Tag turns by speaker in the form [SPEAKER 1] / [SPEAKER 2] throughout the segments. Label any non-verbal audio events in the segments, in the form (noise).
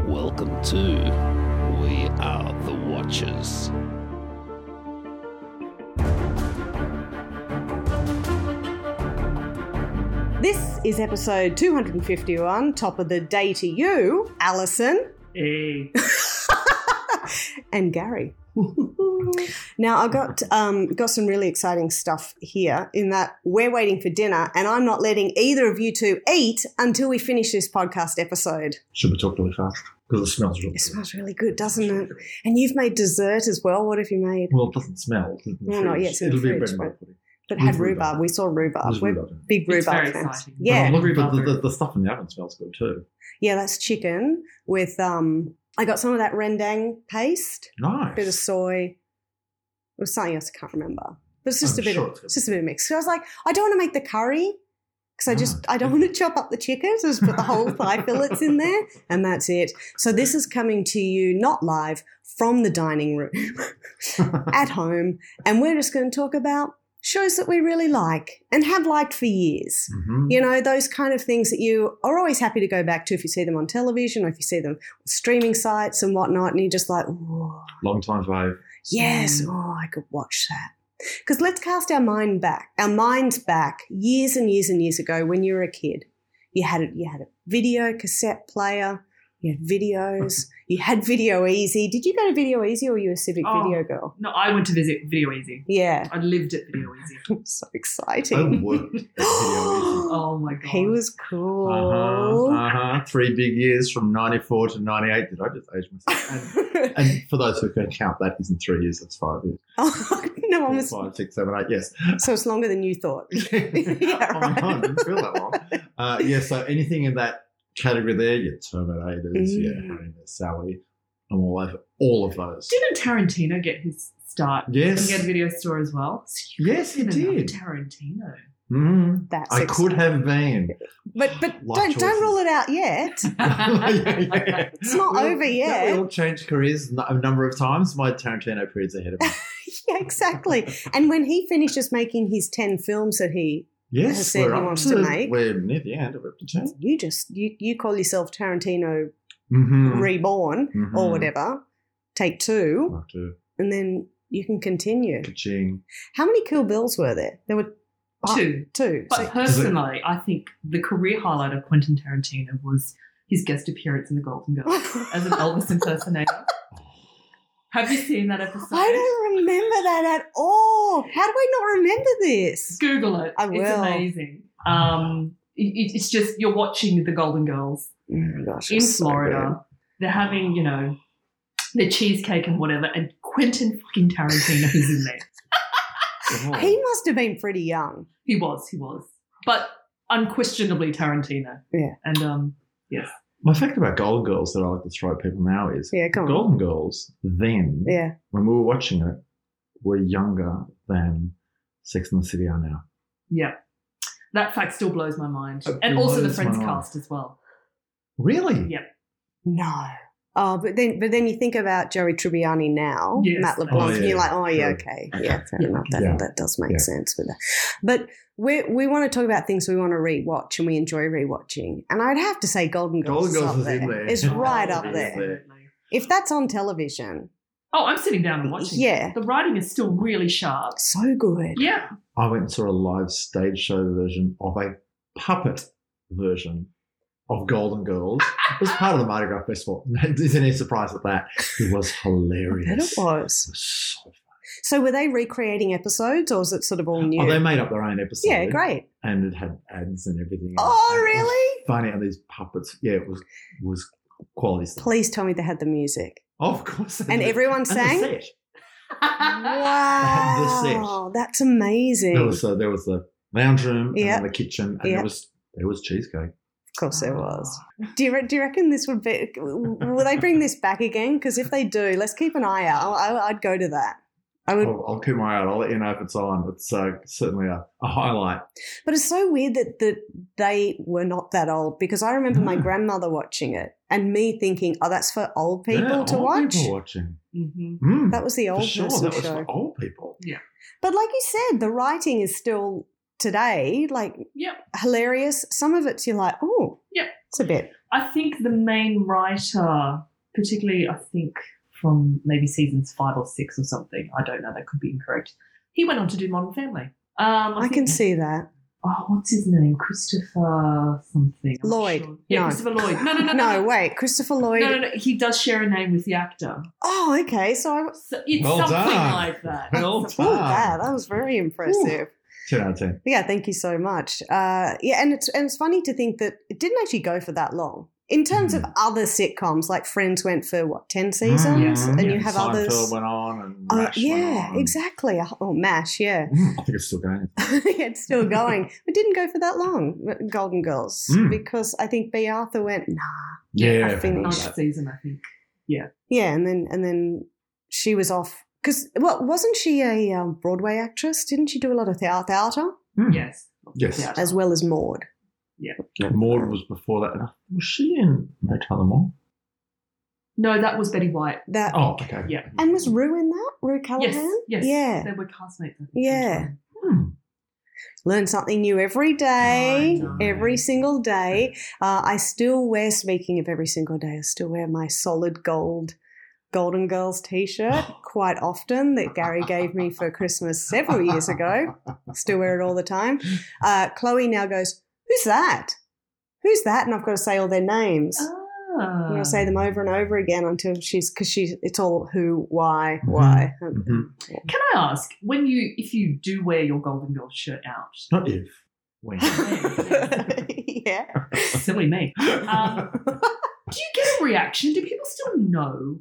[SPEAKER 1] Welcome to We Are the Watchers.
[SPEAKER 2] This is episode 251, top of the day to you, Alison (laughs)
[SPEAKER 3] Hey,
[SPEAKER 2] and
[SPEAKER 4] (laughs)
[SPEAKER 2] Gary. now I got um, got some really exciting stuff here in that we're waiting for dinner and I'm not letting either of you two eat until we finish this podcast episode.
[SPEAKER 4] Should we talk really fast? Because it smells really
[SPEAKER 2] It
[SPEAKER 4] good.
[SPEAKER 2] smells really good, doesn't it? And you've made dessert as well. What have you made?
[SPEAKER 4] Well, it doesn't smell. It's in the
[SPEAKER 2] No, no,
[SPEAKER 4] fridge.
[SPEAKER 2] yeah, it's in the
[SPEAKER 4] It'll be a bread
[SPEAKER 2] fridge,
[SPEAKER 4] and
[SPEAKER 2] but-
[SPEAKER 4] butter pudding.
[SPEAKER 2] But
[SPEAKER 4] With
[SPEAKER 2] had
[SPEAKER 4] rhubarb.
[SPEAKER 2] rhubarb. We saw rhubarb.
[SPEAKER 4] There's
[SPEAKER 2] We're
[SPEAKER 4] rhubarb Uh-huh. in it.
[SPEAKER 2] big
[SPEAKER 3] It's
[SPEAKER 2] rhubarb
[SPEAKER 3] very
[SPEAKER 2] fans.
[SPEAKER 3] exciting.
[SPEAKER 4] But
[SPEAKER 2] Yeah.
[SPEAKER 4] I'm looking, but
[SPEAKER 3] Rhubarb.
[SPEAKER 4] the, the, the stuff in the oven smells good too.
[SPEAKER 2] Yeah, that's chicken with um I got some of that rendang paste,
[SPEAKER 4] Nice.
[SPEAKER 2] a bit of soy. It was something else I can't remember. But it's just
[SPEAKER 4] I'm
[SPEAKER 2] a bit
[SPEAKER 4] sure
[SPEAKER 2] of,
[SPEAKER 4] it's good.
[SPEAKER 2] it's just a bit of mix. So I was like, I don't want to make the curry because I just
[SPEAKER 4] No.
[SPEAKER 2] I don't want to
[SPEAKER 4] (laughs)
[SPEAKER 2] chop up the chicken, so just put the whole thigh fillets in there and that's it. So this is coming to you not live from the dining room at home and we're just going to talk about shows that we really like and have liked for years
[SPEAKER 4] Mhm.
[SPEAKER 2] you know those kind of things that you are always happy to go back to if you see them on television or if you see them on streaming sites and whatnot and you're just like "Whoa,
[SPEAKER 4] Long time five.
[SPEAKER 2] yes
[SPEAKER 4] Mm.
[SPEAKER 2] oh i could watch that because let's cast our mind back our minds back years and years and years ago when you were a kid you had a, you had a video cassette player you had
[SPEAKER 4] (laughs)
[SPEAKER 2] videos you had video easy did you go to video easy or were you a civic
[SPEAKER 3] Oh.
[SPEAKER 2] video girl
[SPEAKER 3] no, I went to visit Video Easy.
[SPEAKER 2] yeah (laughs)
[SPEAKER 3] I lived at Video Easy.
[SPEAKER 2] so
[SPEAKER 4] I
[SPEAKER 2] exciting
[SPEAKER 4] worked
[SPEAKER 2] (laughs)
[SPEAKER 4] at Video Easy.
[SPEAKER 2] (gasps)
[SPEAKER 3] Oh my god,
[SPEAKER 2] he was cool
[SPEAKER 4] Uh-huh, uh-huh. Three big years from 94 to 98. Did I just age myself? And, Uh, and for those who can count, that isn't three years, that's five years.
[SPEAKER 2] (laughs) oh, no one was
[SPEAKER 4] Five, six, seven, eight, yes.
[SPEAKER 2] So it's longer than you thought.
[SPEAKER 4] (laughs) oh my god, didn't feel that long. Uh, yeah, so anything in that category there, your Terminators,
[SPEAKER 2] Mm.
[SPEAKER 4] your Harry and Sally, I'm all over all of those.
[SPEAKER 3] Didn't Tarantino get his start?
[SPEAKER 4] Yes.
[SPEAKER 3] He had a video store as well.
[SPEAKER 4] Yes, he
[SPEAKER 3] Even another
[SPEAKER 4] did.
[SPEAKER 3] Tarantino.
[SPEAKER 4] Mm.
[SPEAKER 2] That's
[SPEAKER 4] I could have been.
[SPEAKER 2] (laughs)
[SPEAKER 4] (laughs)
[SPEAKER 2] but but
[SPEAKER 4] Life
[SPEAKER 2] don't don't
[SPEAKER 4] choices.
[SPEAKER 2] rule it out yet. It's not
[SPEAKER 4] We'll-
[SPEAKER 2] over
[SPEAKER 4] yeah, We
[SPEAKER 2] yet.
[SPEAKER 4] all changed careers n- a number of times. My Tarantino period's ahead of me.
[SPEAKER 2] yeah, exactly. And when he finishes making his ten films that (laughs) he,
[SPEAKER 4] Yes,
[SPEAKER 2] said he
[SPEAKER 4] we're up
[SPEAKER 2] wants
[SPEAKER 4] to,
[SPEAKER 2] to make.
[SPEAKER 4] We're near the end of uh, up to
[SPEAKER 3] Mm-hmm.
[SPEAKER 4] 10
[SPEAKER 2] you just you, you call yourself Tarantino
[SPEAKER 4] Mm-hmm.
[SPEAKER 2] Reborn or
[SPEAKER 3] Mm-hmm.
[SPEAKER 4] Mhm.
[SPEAKER 2] whatever. Take two,
[SPEAKER 4] After
[SPEAKER 2] and then you can continue.
[SPEAKER 4] ka-ching.
[SPEAKER 2] How many Kill Bills were there? There were Oh. (laughs)
[SPEAKER 3] (laughs) Two.
[SPEAKER 2] two.
[SPEAKER 3] But
[SPEAKER 2] So-
[SPEAKER 3] personally, I think the career highlight of Quentin Tarantino was his guest appearance in The
[SPEAKER 2] (laughs)
[SPEAKER 3] Golden Girls (laughs) as an Elvis impersonator. Have you seen that episode?
[SPEAKER 2] I don't remember that at all. How do I not remember this?
[SPEAKER 3] Google it.
[SPEAKER 2] I
[SPEAKER 3] It's
[SPEAKER 2] will.
[SPEAKER 3] amazing. Um, it, it's just you're watching The Golden Girls
[SPEAKER 2] Oh my gosh,
[SPEAKER 3] in
[SPEAKER 2] it's so
[SPEAKER 3] Florida. They're having, you know, their cheesecake and whatever, and Quentin fucking Tarantino is
[SPEAKER 2] (laughs)
[SPEAKER 3] in there.
[SPEAKER 2] good. He must have been pretty young.
[SPEAKER 3] He was, he was. But unquestionably Tarantino.
[SPEAKER 2] Yeah.
[SPEAKER 3] And um
[SPEAKER 4] My fact about Golden Girls that I like to throw at people now is
[SPEAKER 2] Yeah, come on.
[SPEAKER 4] Golden Girls then,
[SPEAKER 2] Yeah.
[SPEAKER 4] when we were watching it, were younger than Sex and the City are now.
[SPEAKER 3] yeah. That fact still blows my mind.
[SPEAKER 4] It
[SPEAKER 3] and also the
[SPEAKER 4] blows my
[SPEAKER 3] Friends
[SPEAKER 4] mind. Hmm.
[SPEAKER 3] cast as well.
[SPEAKER 4] Really?
[SPEAKER 3] Yeah.
[SPEAKER 2] No. Oh, but then but then you think about Joey Tribbiani now,
[SPEAKER 3] Yes.
[SPEAKER 2] Matt LeBlanc,
[SPEAKER 4] Oh, yeah,
[SPEAKER 2] and you're like, oh yeah,
[SPEAKER 4] true.
[SPEAKER 2] okay,
[SPEAKER 4] Okay.
[SPEAKER 2] yeah, fair
[SPEAKER 3] Yeah.
[SPEAKER 2] enough. That
[SPEAKER 4] Yeah.
[SPEAKER 2] that does make
[SPEAKER 4] Yeah.
[SPEAKER 2] sense with that. But we we want to talk about things we want to rewatch and we enjoy rewatching. And I'd have to say Golden Girls,
[SPEAKER 4] Golden Girls
[SPEAKER 2] is
[SPEAKER 4] is
[SPEAKER 2] up
[SPEAKER 4] in
[SPEAKER 2] there.
[SPEAKER 4] there.
[SPEAKER 2] It's right up
[SPEAKER 4] Absolutely.
[SPEAKER 2] there. If that's on television,
[SPEAKER 3] Oh, I'm sitting down and watching. it.
[SPEAKER 2] Yeah.
[SPEAKER 3] The writing is still really sharp.
[SPEAKER 2] so good. (laughs)
[SPEAKER 3] Yeah.
[SPEAKER 4] I went and saw a live stage show version of a puppet version of Golden Girls.
[SPEAKER 2] (laughs)
[SPEAKER 4] it was part of the Mardi Gras Festival. (laughs) Isn't any surprise at that? It was hilarious.
[SPEAKER 2] That it was.
[SPEAKER 4] It was so
[SPEAKER 2] So were they recreating episodes, or was it sort of all new?
[SPEAKER 4] Oh, they made up their own episode.
[SPEAKER 2] yeah, great.
[SPEAKER 4] And it had ads and everything.
[SPEAKER 2] Oh,
[SPEAKER 4] And it was
[SPEAKER 2] really?
[SPEAKER 4] Funny how these puppets. Yeah, it was was quality stuff.
[SPEAKER 2] Please tell me they had the music.
[SPEAKER 4] Of course. they
[SPEAKER 2] And
[SPEAKER 4] did.
[SPEAKER 2] everyone
[SPEAKER 4] the
[SPEAKER 2] sang?
[SPEAKER 4] set. set.
[SPEAKER 2] Wow, that's amazing.
[SPEAKER 4] There was a, there was the lounge room and
[SPEAKER 2] Yeah.
[SPEAKER 4] then the kitchen, and
[SPEAKER 2] Yeah.
[SPEAKER 4] there was there was cheesecake.
[SPEAKER 2] Of course, there was. Do you, re- do you reckon this would be? Will they bring this back again? Because if they do, let's keep an eye out. I, I, I'd go to that. I would,
[SPEAKER 4] I'll, I'll keep my eye out. I'll let you know if it's on. It's uh, certainly a, a highlight.
[SPEAKER 2] but it's so weird that that they were not that old. Because I remember my
[SPEAKER 4] No.
[SPEAKER 2] grandmother watching it and me thinking, "Oh, that's for old people
[SPEAKER 4] Yeah,
[SPEAKER 2] to
[SPEAKER 4] old
[SPEAKER 2] watch."
[SPEAKER 4] People watching.
[SPEAKER 3] hmm
[SPEAKER 4] Mm,
[SPEAKER 2] That was the
[SPEAKER 4] for
[SPEAKER 2] old
[SPEAKER 4] sure.
[SPEAKER 2] person
[SPEAKER 4] That was
[SPEAKER 2] show.
[SPEAKER 4] for old people.
[SPEAKER 2] But like you said, the writing is still today like
[SPEAKER 3] Yep.
[SPEAKER 2] hilarious. Some of it's you're like, "Oh,
[SPEAKER 3] Yeah.
[SPEAKER 2] it's a bit
[SPEAKER 3] I think the main writer, particularly, I think from maybe seasons five or six or something, I don't know, that could be incorrect. He went on to do Modern Family. Um,
[SPEAKER 2] I
[SPEAKER 3] think-
[SPEAKER 2] can see that.
[SPEAKER 3] Oh, what's his name? Christopher something. I'm not
[SPEAKER 2] Lloyd.
[SPEAKER 3] sure. Yeah,
[SPEAKER 2] No.
[SPEAKER 3] Christopher Lloyd. No, no, no, no.
[SPEAKER 2] No,
[SPEAKER 3] no.
[SPEAKER 2] wait, Christopher Lloyd.
[SPEAKER 3] No, no, no. He does share a name with the actor.
[SPEAKER 2] Oh, okay. So I was
[SPEAKER 3] So it's
[SPEAKER 4] Well
[SPEAKER 3] something
[SPEAKER 4] done.
[SPEAKER 3] like that.
[SPEAKER 4] Well
[SPEAKER 3] Something-
[SPEAKER 2] oh,
[SPEAKER 4] Wow.
[SPEAKER 2] that. That was very impressive.
[SPEAKER 4] 10 out of 10.
[SPEAKER 2] Yeah, thank you so much. Uh, yeah, and it's and it's funny to think that it didn't actually go for that long. In terms
[SPEAKER 3] Mm.
[SPEAKER 2] of other sitcoms, like Friends went for what ten seasons,
[SPEAKER 3] Yeah.
[SPEAKER 2] and
[SPEAKER 3] Yeah.
[SPEAKER 2] you have
[SPEAKER 4] Hmm. Seinfeld
[SPEAKER 2] others.
[SPEAKER 4] went on and
[SPEAKER 2] Oh,
[SPEAKER 4] Mash went
[SPEAKER 2] yeah,
[SPEAKER 4] on.
[SPEAKER 2] exactly. Oh, Mash, yeah, (laughs)
[SPEAKER 4] Mm, I think it's still going.
[SPEAKER 2] it's still
[SPEAKER 3] (laughs)
[SPEAKER 2] going. it didn't go for that long. Golden Girls,
[SPEAKER 4] Mm.
[SPEAKER 2] because I think B. Arthur went nah.
[SPEAKER 4] Yeah,
[SPEAKER 2] I think- (laughs)
[SPEAKER 3] Ninth season, I think.
[SPEAKER 2] Yeah, and then and then she was off because well, wasn't she a um, Broadway actress? Didn't she do a lot of thea- theatre
[SPEAKER 4] Mm.
[SPEAKER 3] Yes.
[SPEAKER 4] Yes.
[SPEAKER 3] Yeah.
[SPEAKER 2] as well as Maud?
[SPEAKER 4] Maud was before that. And I- Was she in No Time at All?
[SPEAKER 3] No, that was Betty White.
[SPEAKER 2] That
[SPEAKER 4] Oh, okay.
[SPEAKER 3] Yeah.
[SPEAKER 2] and was Rue in that? Rue Callahan?
[SPEAKER 3] Yes. Yes.
[SPEAKER 2] Yeah.
[SPEAKER 3] They were castmates. I think.
[SPEAKER 2] Yeah.
[SPEAKER 4] Hmm.
[SPEAKER 2] learn something new every day,
[SPEAKER 3] I know.
[SPEAKER 2] every single day. Uh, I still wear, speaking of every single day, I still wear my solid gold Golden Girls t
[SPEAKER 3] (laughs)
[SPEAKER 2] shirt quite often that Gary gave me for Christmas several years ago. Still wear it all the time. Uh, Chloe now goes, Who's that? Who's that? And I've got to say all their names. I'm
[SPEAKER 3] Ah.
[SPEAKER 2] going to say them over and over again until she's, because she's, it's all who, why, why.
[SPEAKER 3] Mm-hmm.
[SPEAKER 4] Mhm.
[SPEAKER 3] Can I ask when you, if you do wear your Golden Girl shirt out?
[SPEAKER 4] Not if. When.
[SPEAKER 2] (laughs)
[SPEAKER 3] (laughs)
[SPEAKER 2] yeah.
[SPEAKER 3] Silly me. (laughs) Um, do you get a reaction? Do people still know,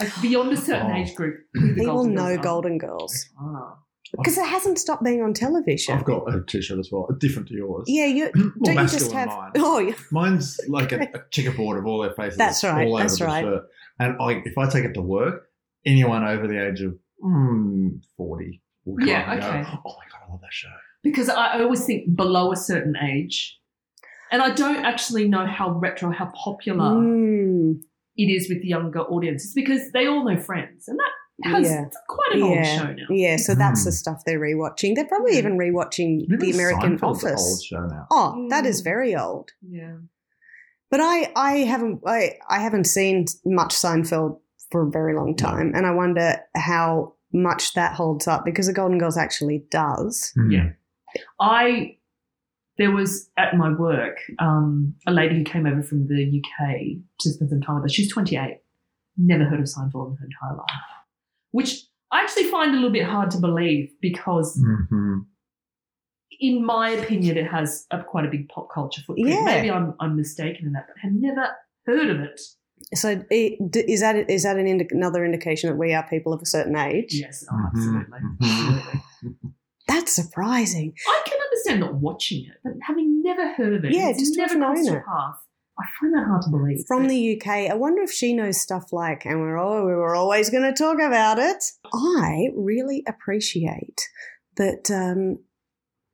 [SPEAKER 3] like beyond a certain
[SPEAKER 4] Oh.
[SPEAKER 3] age group, who the
[SPEAKER 2] People
[SPEAKER 3] Golden
[SPEAKER 2] know
[SPEAKER 3] Girls are?
[SPEAKER 2] Golden Girls.
[SPEAKER 3] Ah.
[SPEAKER 2] Because it hasn't stopped being on television.
[SPEAKER 4] I've got a t shirt as well, different to yours.
[SPEAKER 2] Yeah, you
[SPEAKER 4] (clears throat) More
[SPEAKER 2] don't you
[SPEAKER 4] masculine
[SPEAKER 2] just have?
[SPEAKER 4] mine.
[SPEAKER 2] Oh, yeah. (laughs)
[SPEAKER 4] Mine's like a, a checkerboard of all their faces.
[SPEAKER 2] That's right,
[SPEAKER 4] All over
[SPEAKER 2] that's
[SPEAKER 4] the
[SPEAKER 2] right.
[SPEAKER 4] Shirt. And I, if I take it to work, anyone over the age of mm, 40 will come
[SPEAKER 3] Yeah,
[SPEAKER 4] up and go,
[SPEAKER 3] okay.
[SPEAKER 4] oh my God, I love that show.
[SPEAKER 3] Because I always think below a certain age, and I don't actually know how retro, how popular
[SPEAKER 2] Mm,
[SPEAKER 3] it is with the younger audiences because they all know Friends, and that has
[SPEAKER 2] Yeah.
[SPEAKER 3] it's quite an old
[SPEAKER 2] Yeah.
[SPEAKER 3] show now.
[SPEAKER 2] yeah, so that's
[SPEAKER 4] Mm.
[SPEAKER 2] the stuff they're rewatching. They're probably even rewatching
[SPEAKER 4] Even
[SPEAKER 2] The American
[SPEAKER 4] Seinfeld's an
[SPEAKER 2] Office.
[SPEAKER 4] old show now.
[SPEAKER 2] Oh, that
[SPEAKER 3] Mm.
[SPEAKER 2] is very old.
[SPEAKER 3] Yeah.
[SPEAKER 2] But I, I haven't, I, I haven't seen much Seinfeld for a very long time, and I wonder how much that holds up because the Golden Girls actually does.
[SPEAKER 3] Yeah. I there was at my work um, a lady who came over from the UK to spend some time with us. She's 28, never heard of Seinfeld in her entire life, which I actually find a little bit hard to believe because,
[SPEAKER 4] hmm
[SPEAKER 3] in my opinion, it has a, quite a big pop culture footprint.
[SPEAKER 2] Yeah.
[SPEAKER 3] Maybe I'm, I'm mistaken in that, but had never heard of it.
[SPEAKER 2] So it, d- is that is that an indi- another indication that we are people of a certain age?
[SPEAKER 3] Yes, oh,
[SPEAKER 4] Mhm.
[SPEAKER 3] absolutely.
[SPEAKER 4] Mhm.
[SPEAKER 3] absolutely.
[SPEAKER 2] That's surprising.
[SPEAKER 3] I can understand not watching it, but having never heard of it,
[SPEAKER 2] Yeah,
[SPEAKER 3] it's
[SPEAKER 2] just
[SPEAKER 3] never
[SPEAKER 2] not
[SPEAKER 3] crossed
[SPEAKER 2] known
[SPEAKER 3] your
[SPEAKER 2] it.
[SPEAKER 3] path. I find that hard to believe.
[SPEAKER 2] from the UK. I wonder if she knows stuff like, and we're all, we were always going to talk about it. I really appreciate that um,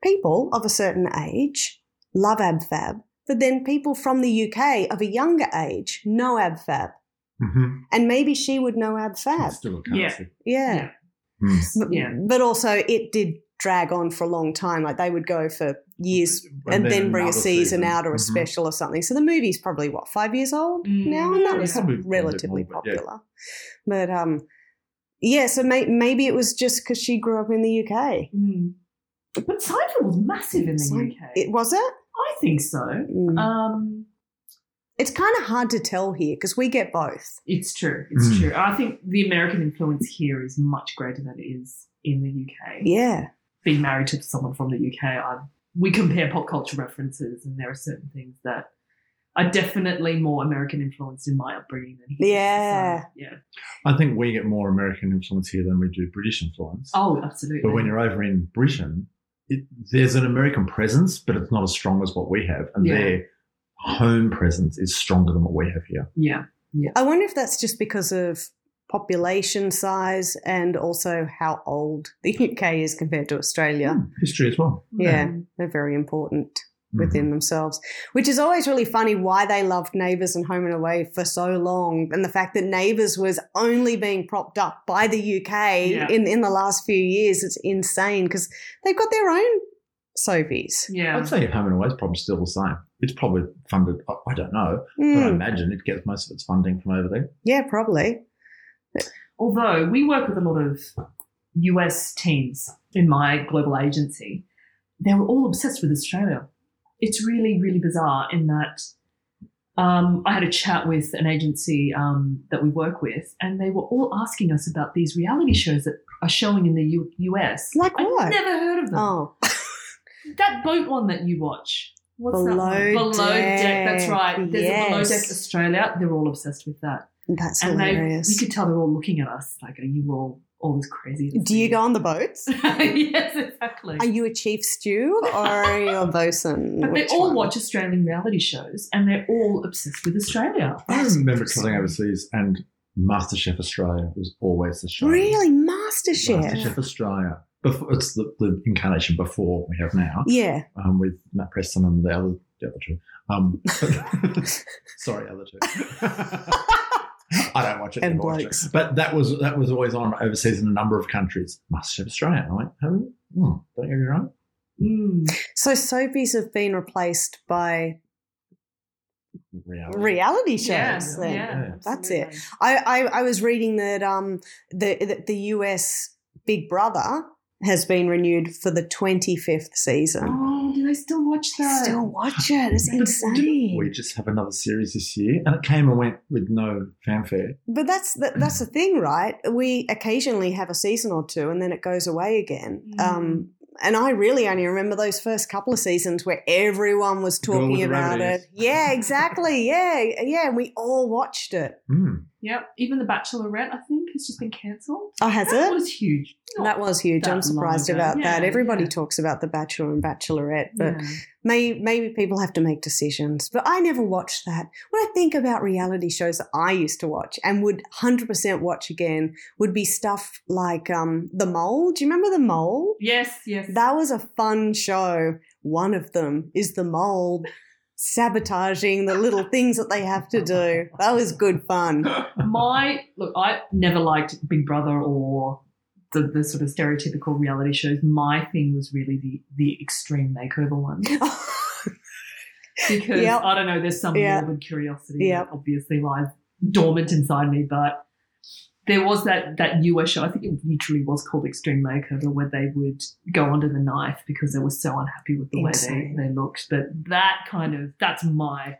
[SPEAKER 2] people of a certain age love AbFab, but then people from the UK of a younger age know AbFab,
[SPEAKER 4] hmm
[SPEAKER 2] and maybe she would know AbFab.
[SPEAKER 4] Still a
[SPEAKER 3] Yeah.
[SPEAKER 4] currency.
[SPEAKER 2] Yeah.
[SPEAKER 3] Yeah.
[SPEAKER 2] But,
[SPEAKER 3] Yeah.
[SPEAKER 2] but also it did drag on for a long time. Like they would go for years and, then, bring a
[SPEAKER 4] another
[SPEAKER 2] season, out or a
[SPEAKER 4] Mhm.
[SPEAKER 2] special or something. So the movie's probably what five years old
[SPEAKER 3] Mm.
[SPEAKER 2] now, and that
[SPEAKER 3] Yeah.
[SPEAKER 2] was
[SPEAKER 4] Probably a little bit
[SPEAKER 2] relatively
[SPEAKER 4] more, but yeah.
[SPEAKER 2] popular. But um, yeah. So may- maybe it was just because she grew up in the UK.
[SPEAKER 3] Mm. But Seinfeld was massive in the
[SPEAKER 2] Sein-
[SPEAKER 3] UK.
[SPEAKER 2] It was it.
[SPEAKER 3] I think so.
[SPEAKER 2] Mm.
[SPEAKER 3] Um,
[SPEAKER 2] it's kind of hard to tell here because we get both.
[SPEAKER 3] it's true. It's
[SPEAKER 4] Mm.
[SPEAKER 3] true. I think the American influence here is much greater than it is in the UK.
[SPEAKER 2] Yeah.
[SPEAKER 3] Being married to someone from the UK, I, we compare pop culture references, and there are certain things that are definitely more American influenced in my upbringing than here.
[SPEAKER 2] Yeah.
[SPEAKER 3] So, yeah.
[SPEAKER 4] I think we get more American influence here than we do British influence.
[SPEAKER 3] Oh, absolutely.
[SPEAKER 4] But when you're over in Britain, it, there's an American presence, but it's not as strong as what we have. And
[SPEAKER 3] Yeah.
[SPEAKER 4] their home presence is stronger than what we have here.
[SPEAKER 3] yeah.
[SPEAKER 2] I wonder if that's just because of population size and also how old the UK is compared to Australia.
[SPEAKER 4] Hmm. History as well.
[SPEAKER 2] Yeah.
[SPEAKER 3] Mm.
[SPEAKER 2] They're very important.
[SPEAKER 4] Mhm.
[SPEAKER 2] within themselves, which is always really funny why they loved Neighbours and Home and Away for so long. And the fact that Neighbours was only being propped up by the UK
[SPEAKER 3] Yeah.
[SPEAKER 2] in, in the last few years, it's insane because they've got their own Sovies.
[SPEAKER 3] Yeah.
[SPEAKER 4] I'd say Home and Away's probably still the same. It's probably funded, I- I don't know, but I
[SPEAKER 2] Mm,
[SPEAKER 4] imagine it gets most of its funding from over there.
[SPEAKER 2] yeah, probably.
[SPEAKER 3] Although we work with a lot of US teams in my global agency, they were all obsessed with Australia. It's really, really bizarre in that um, I had a chat with an agency um, that we work with, and they were all asking us about these reality shows that are showing in the U- US.
[SPEAKER 2] Like
[SPEAKER 3] I've
[SPEAKER 2] what?
[SPEAKER 3] never heard of them.
[SPEAKER 2] Oh,
[SPEAKER 3] That boat one that you watch. What's that one?
[SPEAKER 2] Below
[SPEAKER 3] Below deck. That's
[SPEAKER 2] Deck,
[SPEAKER 3] right. There's a below deck
[SPEAKER 2] yes.
[SPEAKER 3] Australia. They're all obsessed with that
[SPEAKER 2] that's
[SPEAKER 3] and they, you
[SPEAKER 2] hilarious.
[SPEAKER 3] could tell they're all looking at us like, "Are you all all this crazy?"
[SPEAKER 2] Do you go on the boats?
[SPEAKER 3] (laughs) yes, exactly.
[SPEAKER 2] Are you a chief stew or are you a bosun?
[SPEAKER 3] (laughs) but they
[SPEAKER 2] Which
[SPEAKER 3] all
[SPEAKER 2] one?
[SPEAKER 3] watch Australian reality shows, and they're all obsessed with Australia.
[SPEAKER 4] I
[SPEAKER 2] That's
[SPEAKER 4] remember
[SPEAKER 2] interesting.
[SPEAKER 4] traveling overseas and MasterChef Australia was always the show.
[SPEAKER 2] Really, MasterChef.
[SPEAKER 4] MasterChef Australia. Before, it's the, the incarnation before we have now
[SPEAKER 2] Yeah, (laughs)
[SPEAKER 4] um, with Matt Preston and the other, the other two. Um, (laughs) sorry, other two. (laughs) I don't watch it
[SPEAKER 2] And
[SPEAKER 4] anymore.
[SPEAKER 2] blokes.
[SPEAKER 4] actually. But that was that was always on overseas in a number of countries. MasterChef Australia. I went, oh, hmm, don't get me wrong.
[SPEAKER 3] Mm.
[SPEAKER 2] so soapies have been replaced by
[SPEAKER 4] Reality.
[SPEAKER 2] reality shows.
[SPEAKER 3] Yes,
[SPEAKER 2] then.
[SPEAKER 3] yeah,
[SPEAKER 2] That's it. I, I, I was reading that um, the, the the US Big Brother has been renewed for the 25th season.
[SPEAKER 3] Oh, do they still watch that?
[SPEAKER 2] Still watch it.
[SPEAKER 4] (laughs)
[SPEAKER 2] It's
[SPEAKER 4] But
[SPEAKER 2] insane.
[SPEAKER 4] We just have another series this year, and it came and went with no fanfare.
[SPEAKER 2] But that's that, that's the thing, right? We occasionally have a season or two, and then it goes away again.
[SPEAKER 4] Mm.
[SPEAKER 2] Um, and I really only remember those first couple of seasons where everyone was
[SPEAKER 4] Girl with
[SPEAKER 2] talking
[SPEAKER 4] the
[SPEAKER 2] about
[SPEAKER 4] rabbit ears.
[SPEAKER 2] it. Yeah, exactly. yeah, yeah. And we all watched it.
[SPEAKER 4] Mm.
[SPEAKER 3] Yep. Even the Bachelorette, I think, has just been cancelled.
[SPEAKER 2] Oh,
[SPEAKER 4] (laughs)
[SPEAKER 2] has
[SPEAKER 3] That
[SPEAKER 2] it?
[SPEAKER 3] was huge. Not
[SPEAKER 2] That was huge.
[SPEAKER 3] that
[SPEAKER 2] I'm surprised
[SPEAKER 3] long ago.
[SPEAKER 2] about that.
[SPEAKER 3] Yeah,
[SPEAKER 2] Everybody
[SPEAKER 3] yeah.
[SPEAKER 2] talks about The Bachelor and Bachelorette, but
[SPEAKER 3] yeah.
[SPEAKER 2] may, maybe people have to make decisions. But I never watched that. When I think about reality shows that I used to watch and would 100% watch again, would be stuff like um, The Mole. Do you remember The Mole?
[SPEAKER 3] Yes, yes.
[SPEAKER 2] That was a fun show. One of them is the mole sabotaging the
[SPEAKER 3] (laughs)
[SPEAKER 2] little things that they have to do. That was good fun.
[SPEAKER 3] my look, I never liked Big Brother or the, the sort of stereotypical reality shows. My thing was really the the extreme makeover
[SPEAKER 2] (laughs)
[SPEAKER 3] one because
[SPEAKER 2] Yep.
[SPEAKER 3] I don't know. There's some
[SPEAKER 2] Yeah.
[SPEAKER 3] morbid curiosity
[SPEAKER 2] Yep.
[SPEAKER 3] that obviously lies dormant inside me, but there was that that US show. I think it literally was called Extreme Makeover, where they would go under the knife because they were so unhappy with the
[SPEAKER 2] Insane.
[SPEAKER 3] way they, they looked. But that kind of that's my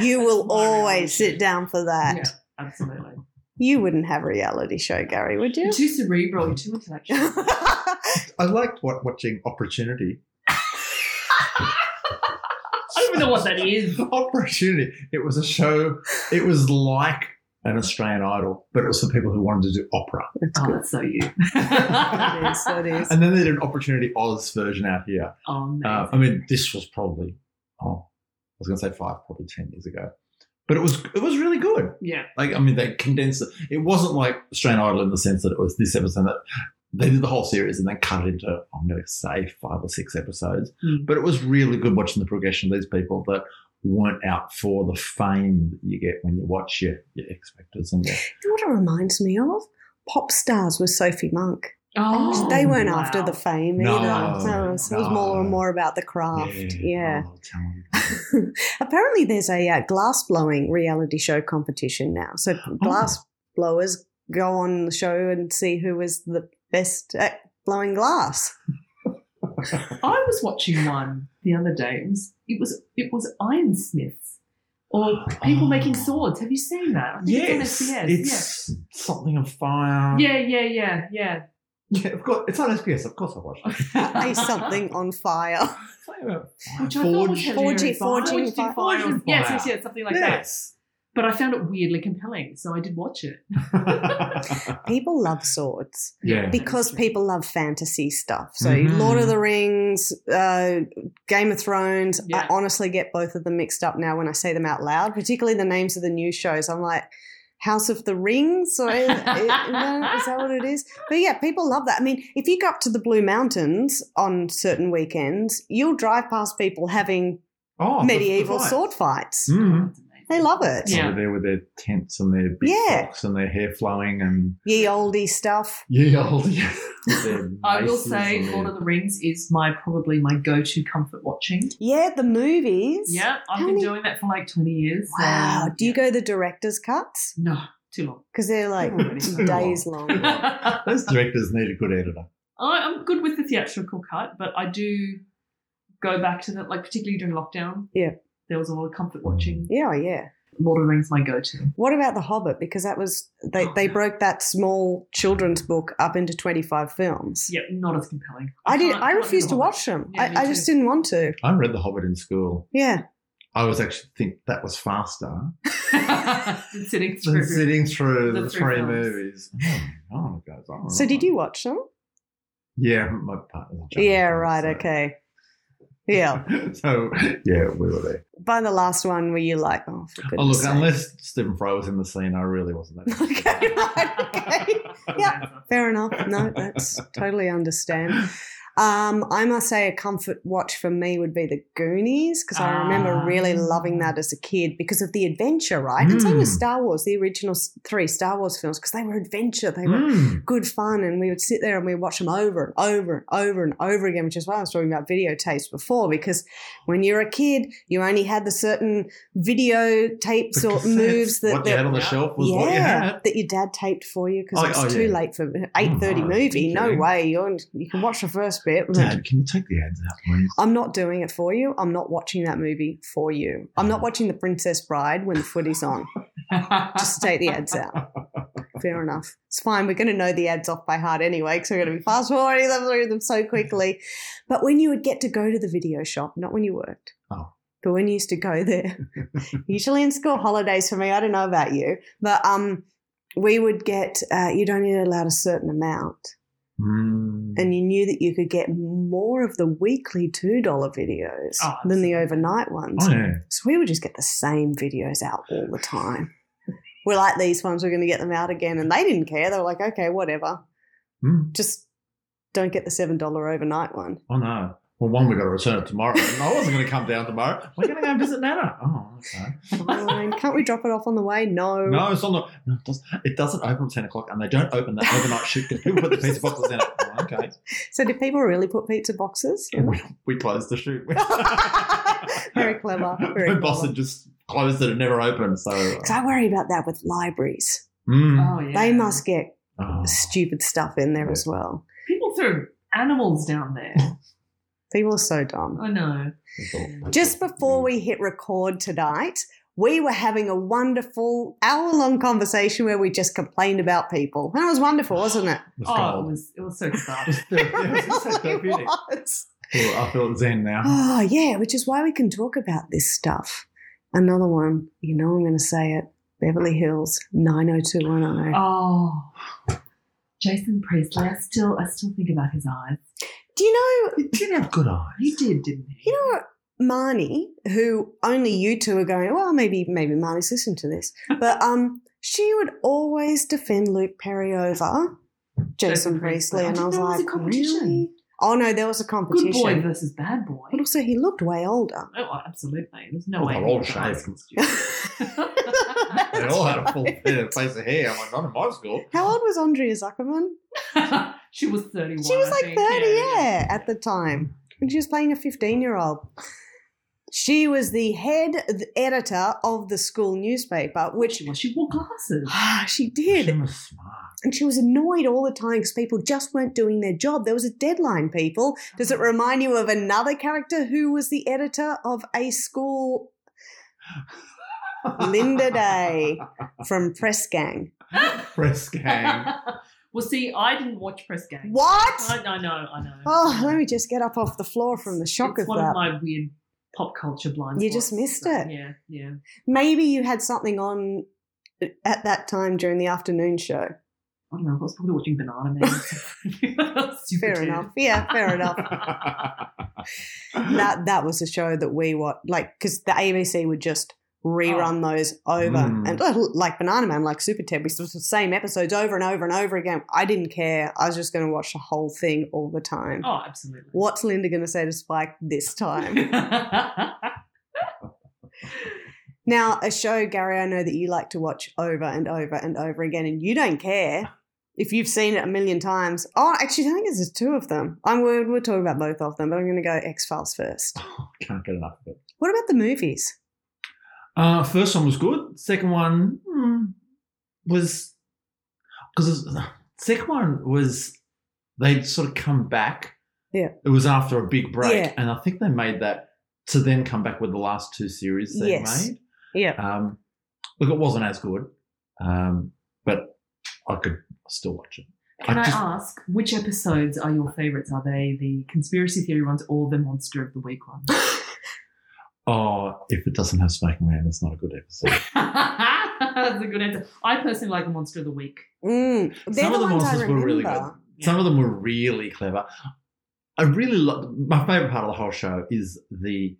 [SPEAKER 2] you will
[SPEAKER 3] That's my
[SPEAKER 2] always
[SPEAKER 3] reality.
[SPEAKER 2] sit down for that.
[SPEAKER 3] (laughs) yeah, absolutely.
[SPEAKER 2] You wouldn't have a reality show, Gary, would (laughs) you?
[SPEAKER 3] You're too cerebral, you're too
[SPEAKER 2] (laughs)
[SPEAKER 3] intellectual.
[SPEAKER 4] I liked what, watching
[SPEAKER 3] (laughs)
[SPEAKER 4] Opportunity.
[SPEAKER 3] I don't even know what that
[SPEAKER 4] (laughs) Oh,
[SPEAKER 3] is.
[SPEAKER 4] Opportunity. It was a show. It was like an Australian Idol, but it was for people who wanted to do opera.
[SPEAKER 3] Oh, that's so (laughs) you.
[SPEAKER 2] that (laughs) is, that is.
[SPEAKER 4] And then they did an Opportunity Oz version out here.
[SPEAKER 3] Oh, no.
[SPEAKER 4] Uh, I mean, this was probably oh, I was going to say five, probably ten years ago, but it was it was really good.
[SPEAKER 3] yeah.
[SPEAKER 4] Like, I mean, they condensed it. It wasn't like Australian Idol in the sense that it was this episode that they did the whole series and then cut it into, I'm going to say, five or six episodes.
[SPEAKER 3] Mm.
[SPEAKER 4] But it was really good watching the progression of these people that weren't out for the fame that you get when you watch your, your X Factors and your.
[SPEAKER 2] You know what it reminds me of? Pop stars with Sophie Monk.
[SPEAKER 3] Oh,
[SPEAKER 2] they weren't
[SPEAKER 3] wow.
[SPEAKER 2] after the fame
[SPEAKER 4] No,
[SPEAKER 2] either. No, it was
[SPEAKER 4] no.
[SPEAKER 2] more and more about the craft. yeah. (laughs)
[SPEAKER 4] oh, talent.
[SPEAKER 2] Apparently, there's a uh, glass blowing reality show competition now. So glass blowers go on the show and see who is the best at blowing glass.
[SPEAKER 3] I was watching one the other day. It was it was it was ironsmiths or people
[SPEAKER 4] Oh.
[SPEAKER 3] making swords. Have you seen that? I think
[SPEAKER 4] Yes,
[SPEAKER 3] it's on SBS.
[SPEAKER 4] it's something of fire.
[SPEAKER 3] yeah. yeah, yeah, yeah,
[SPEAKER 4] yeah, of course. It's on SBS. Of course, I
[SPEAKER 3] (laughs)
[SPEAKER 4] watched it.
[SPEAKER 3] yeah.
[SPEAKER 2] Hey, something on fire.
[SPEAKER 4] Something about
[SPEAKER 3] (laughs) Which I thought was
[SPEAKER 4] forged-
[SPEAKER 3] hilarious.
[SPEAKER 2] Forging- forging
[SPEAKER 3] Forged in
[SPEAKER 2] fire.
[SPEAKER 3] fire.
[SPEAKER 4] Forged in
[SPEAKER 3] Yes,
[SPEAKER 4] fire.
[SPEAKER 3] yes, yes, something like
[SPEAKER 4] yes.
[SPEAKER 3] that. But I found it weirdly compelling, so I did watch it.
[SPEAKER 2] People love swords
[SPEAKER 4] (laughs) yeah.
[SPEAKER 2] because people love fantasy stuff. So
[SPEAKER 4] Mhm.
[SPEAKER 2] Lord of the Rings, uh, Game of Thrones.
[SPEAKER 3] Yeah.
[SPEAKER 2] I honestly get both of them mixed up now when I say them out loud, particularly the names of the new shows. I'm like. House of the Rings, or is, is that what it is? But yeah, people love that. I mean, if you go up to the Blue Mountains on certain weekends, you'll drive past people having
[SPEAKER 4] Oh,
[SPEAKER 2] medieval
[SPEAKER 4] the- the
[SPEAKER 2] sword fights.
[SPEAKER 4] Mm.
[SPEAKER 3] That's amazing.
[SPEAKER 2] They love it.
[SPEAKER 3] Yeah.
[SPEAKER 4] Over there with their tents and their big
[SPEAKER 2] Yeah.
[SPEAKER 4] socks and their hair flowing and
[SPEAKER 2] Ye olde stuff.
[SPEAKER 4] ye old. with (laughs) their
[SPEAKER 3] I will
[SPEAKER 4] maces
[SPEAKER 3] say
[SPEAKER 4] and their-
[SPEAKER 3] Lord of the Rings is my probably my go-to comfort watching.
[SPEAKER 2] Yeah, the movies.
[SPEAKER 3] Yeah, I've
[SPEAKER 2] How
[SPEAKER 3] been
[SPEAKER 2] many-
[SPEAKER 3] doing that for like 20 years. so-
[SPEAKER 2] Wow. Do you go the director's cuts?
[SPEAKER 3] No, too long.
[SPEAKER 2] Because they're like
[SPEAKER 4] Too
[SPEAKER 2] days long.
[SPEAKER 3] (laughs) I,
[SPEAKER 4] Those directors need a good editor.
[SPEAKER 3] I'm good with the theatrical cut, but I do go back to that, like particularly during lockdown.
[SPEAKER 2] Yeah.
[SPEAKER 3] There was a lot of comfort watching.
[SPEAKER 2] Yeah, yeah.
[SPEAKER 3] Lord of the Rings my go-to.
[SPEAKER 2] What about The Hobbit? Because that was they, they broke that small children's book up into twenty five films.
[SPEAKER 3] Yeah, not as compelling.
[SPEAKER 2] I did.
[SPEAKER 3] can't-
[SPEAKER 2] I
[SPEAKER 3] can't
[SPEAKER 2] refused to
[SPEAKER 3] do
[SPEAKER 2] watch them.
[SPEAKER 3] Yeah, me
[SPEAKER 2] I, I
[SPEAKER 3] too.
[SPEAKER 2] just didn't want to.
[SPEAKER 4] I read The Hobbit in school.
[SPEAKER 2] Yeah.
[SPEAKER 4] I was actually think that was faster
[SPEAKER 3] (laughs) Been sitting through.
[SPEAKER 4] than
[SPEAKER 3] (laughs)
[SPEAKER 4] sitting through the,
[SPEAKER 3] The three
[SPEAKER 4] three
[SPEAKER 3] films.
[SPEAKER 4] movies. Oh, my God, guys, I don't
[SPEAKER 2] So
[SPEAKER 4] know.
[SPEAKER 2] did you watch them?
[SPEAKER 4] Yeah, my partner.
[SPEAKER 2] Yeah. Right. Okay. Yeah.
[SPEAKER 4] (laughs) so yeah, we were there.
[SPEAKER 2] By the last one, were you like, oh, for
[SPEAKER 4] oh look,
[SPEAKER 2] goodness sake.
[SPEAKER 4] unless Stephen Fry was in the scene, I really wasn't
[SPEAKER 2] (laughs)
[SPEAKER 4] that.
[SPEAKER 2] Okay. Right.
[SPEAKER 4] (laughs)
[SPEAKER 2] Okay. Yeah. Fair enough. No, that's totally understand. Um, I must say, a comfort watch for me would be The Goonies because I remember
[SPEAKER 3] Ah.
[SPEAKER 2] really loving that as a kid because of the adventure, right? And same with
[SPEAKER 4] Hmm.
[SPEAKER 2] Star Wars, the original s- three Star Wars films because they were adventure, they were
[SPEAKER 4] Mm.
[SPEAKER 2] good fun, and we would sit there and we would watch them over and over and over and over again, which is why I was talking about videotapes before because when you're a kid, you only had the certain videotapes
[SPEAKER 4] The
[SPEAKER 2] or
[SPEAKER 4] cassettes,
[SPEAKER 2] moves that.
[SPEAKER 4] what
[SPEAKER 2] that
[SPEAKER 4] you had on the
[SPEAKER 3] Yeah.
[SPEAKER 4] shelf was what you
[SPEAKER 2] yeah,
[SPEAKER 4] had.
[SPEAKER 2] that your dad taped for you because
[SPEAKER 4] Oh,
[SPEAKER 2] it was
[SPEAKER 4] oh,
[SPEAKER 2] too
[SPEAKER 4] yeah.
[SPEAKER 2] late for eight thirty
[SPEAKER 4] Oh,
[SPEAKER 2] movie. No
[SPEAKER 4] okay.
[SPEAKER 2] way, You're, you can watch the first bit.
[SPEAKER 4] Dad, can you take the ads out, please?
[SPEAKER 2] I'm not doing it for you. I'm not watching that movie for you. I'm not watching The Princess Bride when the footy's on. Just to take the ads out. Fair enough. It's fine. We're going to know the ads off by heart anyway because we're going to be fast forwarding them through them so quickly. But when you would get to go to the video shop, not when you worked.
[SPEAKER 4] Oh.
[SPEAKER 2] But when you used to go there, usually in school holidays for me, I don't know about you, but um, we would get, uh, you'd only allowed a certain amount
[SPEAKER 4] Mm.
[SPEAKER 2] and you knew that you could get more of the weekly $2 videos
[SPEAKER 3] Oh,
[SPEAKER 2] than the overnight ones.
[SPEAKER 4] oh yeah.
[SPEAKER 2] So we would just get the same videos out all the time. We're like, these ones, we're going to get them out again. And they didn't care. They were like, okay, whatever.
[SPEAKER 4] Mm.
[SPEAKER 2] Just don't get the $7 overnight one.
[SPEAKER 4] Oh no. Well, one, we got to return it tomorrow. And I wasn't going to come down tomorrow. We're going to go and visit Nana. Oh, okay.
[SPEAKER 2] Fine. Can't we drop it off on the way? No.
[SPEAKER 4] No, it's on the. No, it, doesn't, it doesn't open at 10 o'clock, and they don't open that overnight shift because people put the pizza boxes in it. Oh, okay.
[SPEAKER 2] So did people really put pizza
[SPEAKER 4] (laughs)
[SPEAKER 2] boxes?
[SPEAKER 4] And we, we closed the shoot. (laughs)
[SPEAKER 2] Very clever. Very
[SPEAKER 4] My boss
[SPEAKER 2] clever.
[SPEAKER 4] had just closed it and never opened. So. uh,
[SPEAKER 2] Because I worry about that with libraries.
[SPEAKER 4] Mm.
[SPEAKER 3] Oh, yeah.
[SPEAKER 2] They must get
[SPEAKER 4] Oh.
[SPEAKER 2] stupid stuff in there as well.
[SPEAKER 3] People throw animals down there.
[SPEAKER 2] People are so dumb.
[SPEAKER 3] I know.
[SPEAKER 4] It's mm, all-
[SPEAKER 2] Just before we hit record tonight, we were having a wonderful hour long conversation where we just complained about people. And it was wonderful, wasn't
[SPEAKER 4] (laughs)
[SPEAKER 2] it?
[SPEAKER 4] It's
[SPEAKER 3] Oh, it
[SPEAKER 4] gold.
[SPEAKER 3] was, it was
[SPEAKER 4] (laughs)
[SPEAKER 3] so
[SPEAKER 4] It
[SPEAKER 3] cathartic.
[SPEAKER 4] was
[SPEAKER 2] (laughs)
[SPEAKER 4] so
[SPEAKER 2] It really
[SPEAKER 4] therapeutic.
[SPEAKER 2] was.
[SPEAKER 4] Well, I feel zen now.
[SPEAKER 2] Oh, yeah, which is why we can talk about this stuff. Another one, you know, I'm going to say it Beverly Hills 90210.
[SPEAKER 3] oh, Jason Priestley. I still, I still think about his eyes.
[SPEAKER 2] Do you know,
[SPEAKER 4] He did have good eyes.
[SPEAKER 3] He did, didn't he?
[SPEAKER 2] you know what? Marnie, who only you two are going, well, maybe maybe Marnie's listened to
[SPEAKER 3] (laughs)
[SPEAKER 2] this, but um, she would always defend Luke Perry over Jason
[SPEAKER 3] Jason
[SPEAKER 2] Priestley,
[SPEAKER 3] Priestley.
[SPEAKER 2] and
[SPEAKER 3] I
[SPEAKER 2] I was
[SPEAKER 3] didn't know it was
[SPEAKER 2] like,
[SPEAKER 3] a competition.
[SPEAKER 2] really? Oh no, there was a
[SPEAKER 3] Good
[SPEAKER 2] competition.
[SPEAKER 3] boy versus bad boy.
[SPEAKER 2] But also, he looked way older.
[SPEAKER 3] Oh, absolutely. There's no
[SPEAKER 4] Well,
[SPEAKER 3] way.
[SPEAKER 4] they're
[SPEAKER 3] he
[SPEAKER 4] all
[SPEAKER 3] was the eyes
[SPEAKER 4] shaved.
[SPEAKER 2] (laughs)
[SPEAKER 3] constituent.
[SPEAKER 4] They all had a full head- face of hair. I'm like, not in my school.
[SPEAKER 2] How old was Andrea Zuckerman?
[SPEAKER 3] (laughs) she was 31.
[SPEAKER 2] She was
[SPEAKER 3] I
[SPEAKER 2] like
[SPEAKER 3] think.
[SPEAKER 2] thirty, yeah, at the time, and she was playing a fifteen-year-old. She was the head editor of the school newspaper, which
[SPEAKER 3] She was. She wore glasses.
[SPEAKER 2] (sighs) she did.
[SPEAKER 4] She was smart.
[SPEAKER 2] And she was annoyed all the time because people just weren't doing their job. There was a deadline, people. Does it remind you of another character who was the editor of a school? Linda Day from Press Gang.
[SPEAKER 4] (laughs) Press (laughs) gang.
[SPEAKER 3] (laughs) well, see, I didn't watch Press Gang. I,
[SPEAKER 2] What?
[SPEAKER 3] I know, I know.
[SPEAKER 2] Oh, let me just get up off the floor from the shock
[SPEAKER 3] it's
[SPEAKER 2] of
[SPEAKER 3] one
[SPEAKER 2] that.
[SPEAKER 3] of my weird pop culture blind
[SPEAKER 2] You
[SPEAKER 3] spots,
[SPEAKER 2] just missed
[SPEAKER 3] so,
[SPEAKER 2] it.
[SPEAKER 3] Yeah, yeah.
[SPEAKER 2] Maybe you had something on at that time during the afternoon show.
[SPEAKER 3] I don't know. I was probably watching Banana Man.
[SPEAKER 2] (laughs)
[SPEAKER 3] (laughs) Super
[SPEAKER 2] Fair
[SPEAKER 3] kid.
[SPEAKER 2] enough. Yeah, fair enough. that that was a show that we watched, like because the ABC would just rerun those over
[SPEAKER 4] Mm.
[SPEAKER 2] and oh, like Banana Man, like Super Ted, we saw the same episodes over and over and over again. I didn't care. I was just going to watch the whole thing all the time.
[SPEAKER 3] Oh, absolutely.
[SPEAKER 2] What's
[SPEAKER 3] (laughs)
[SPEAKER 2] Linda going to say to Spike this time? Now, a show, Gary, I know that you like to watch over and over and over again, and you don't care if you've seen it a million times. Oh, actually, I think there's two of them. I'm we're, we're talking about both of them, but I'm going to go X Files first.
[SPEAKER 4] Can't get enough of it.
[SPEAKER 2] What about the movies?
[SPEAKER 4] Uh, first one was good. Second one hmm, was because second one was they'd sort of come back.
[SPEAKER 2] Yeah.
[SPEAKER 4] It was after a big break,
[SPEAKER 2] Yeah.
[SPEAKER 4] and I think they made that to then come back with the last two series they
[SPEAKER 2] Yes.
[SPEAKER 4] made. (laughs)
[SPEAKER 2] Yeah,
[SPEAKER 4] Um, look, it wasn't as good, um, but I could still watch it.
[SPEAKER 3] Can
[SPEAKER 4] I
[SPEAKER 3] I,
[SPEAKER 4] just-
[SPEAKER 3] ask which episodes are your favourites? Are they the conspiracy theory ones or the monster of the week
[SPEAKER 4] (laughs)
[SPEAKER 3] ones?
[SPEAKER 4] Oh, if it doesn't have Smoking Man, it's not a good episode.
[SPEAKER 3] That's a good answer. I personally like the monster of the week.
[SPEAKER 2] mm. they're
[SPEAKER 4] Some
[SPEAKER 2] the,
[SPEAKER 4] of the
[SPEAKER 2] ones I
[SPEAKER 4] monsters were
[SPEAKER 2] remember.
[SPEAKER 4] really good. Some of them were really clever. I really love my favorite part of the whole show is the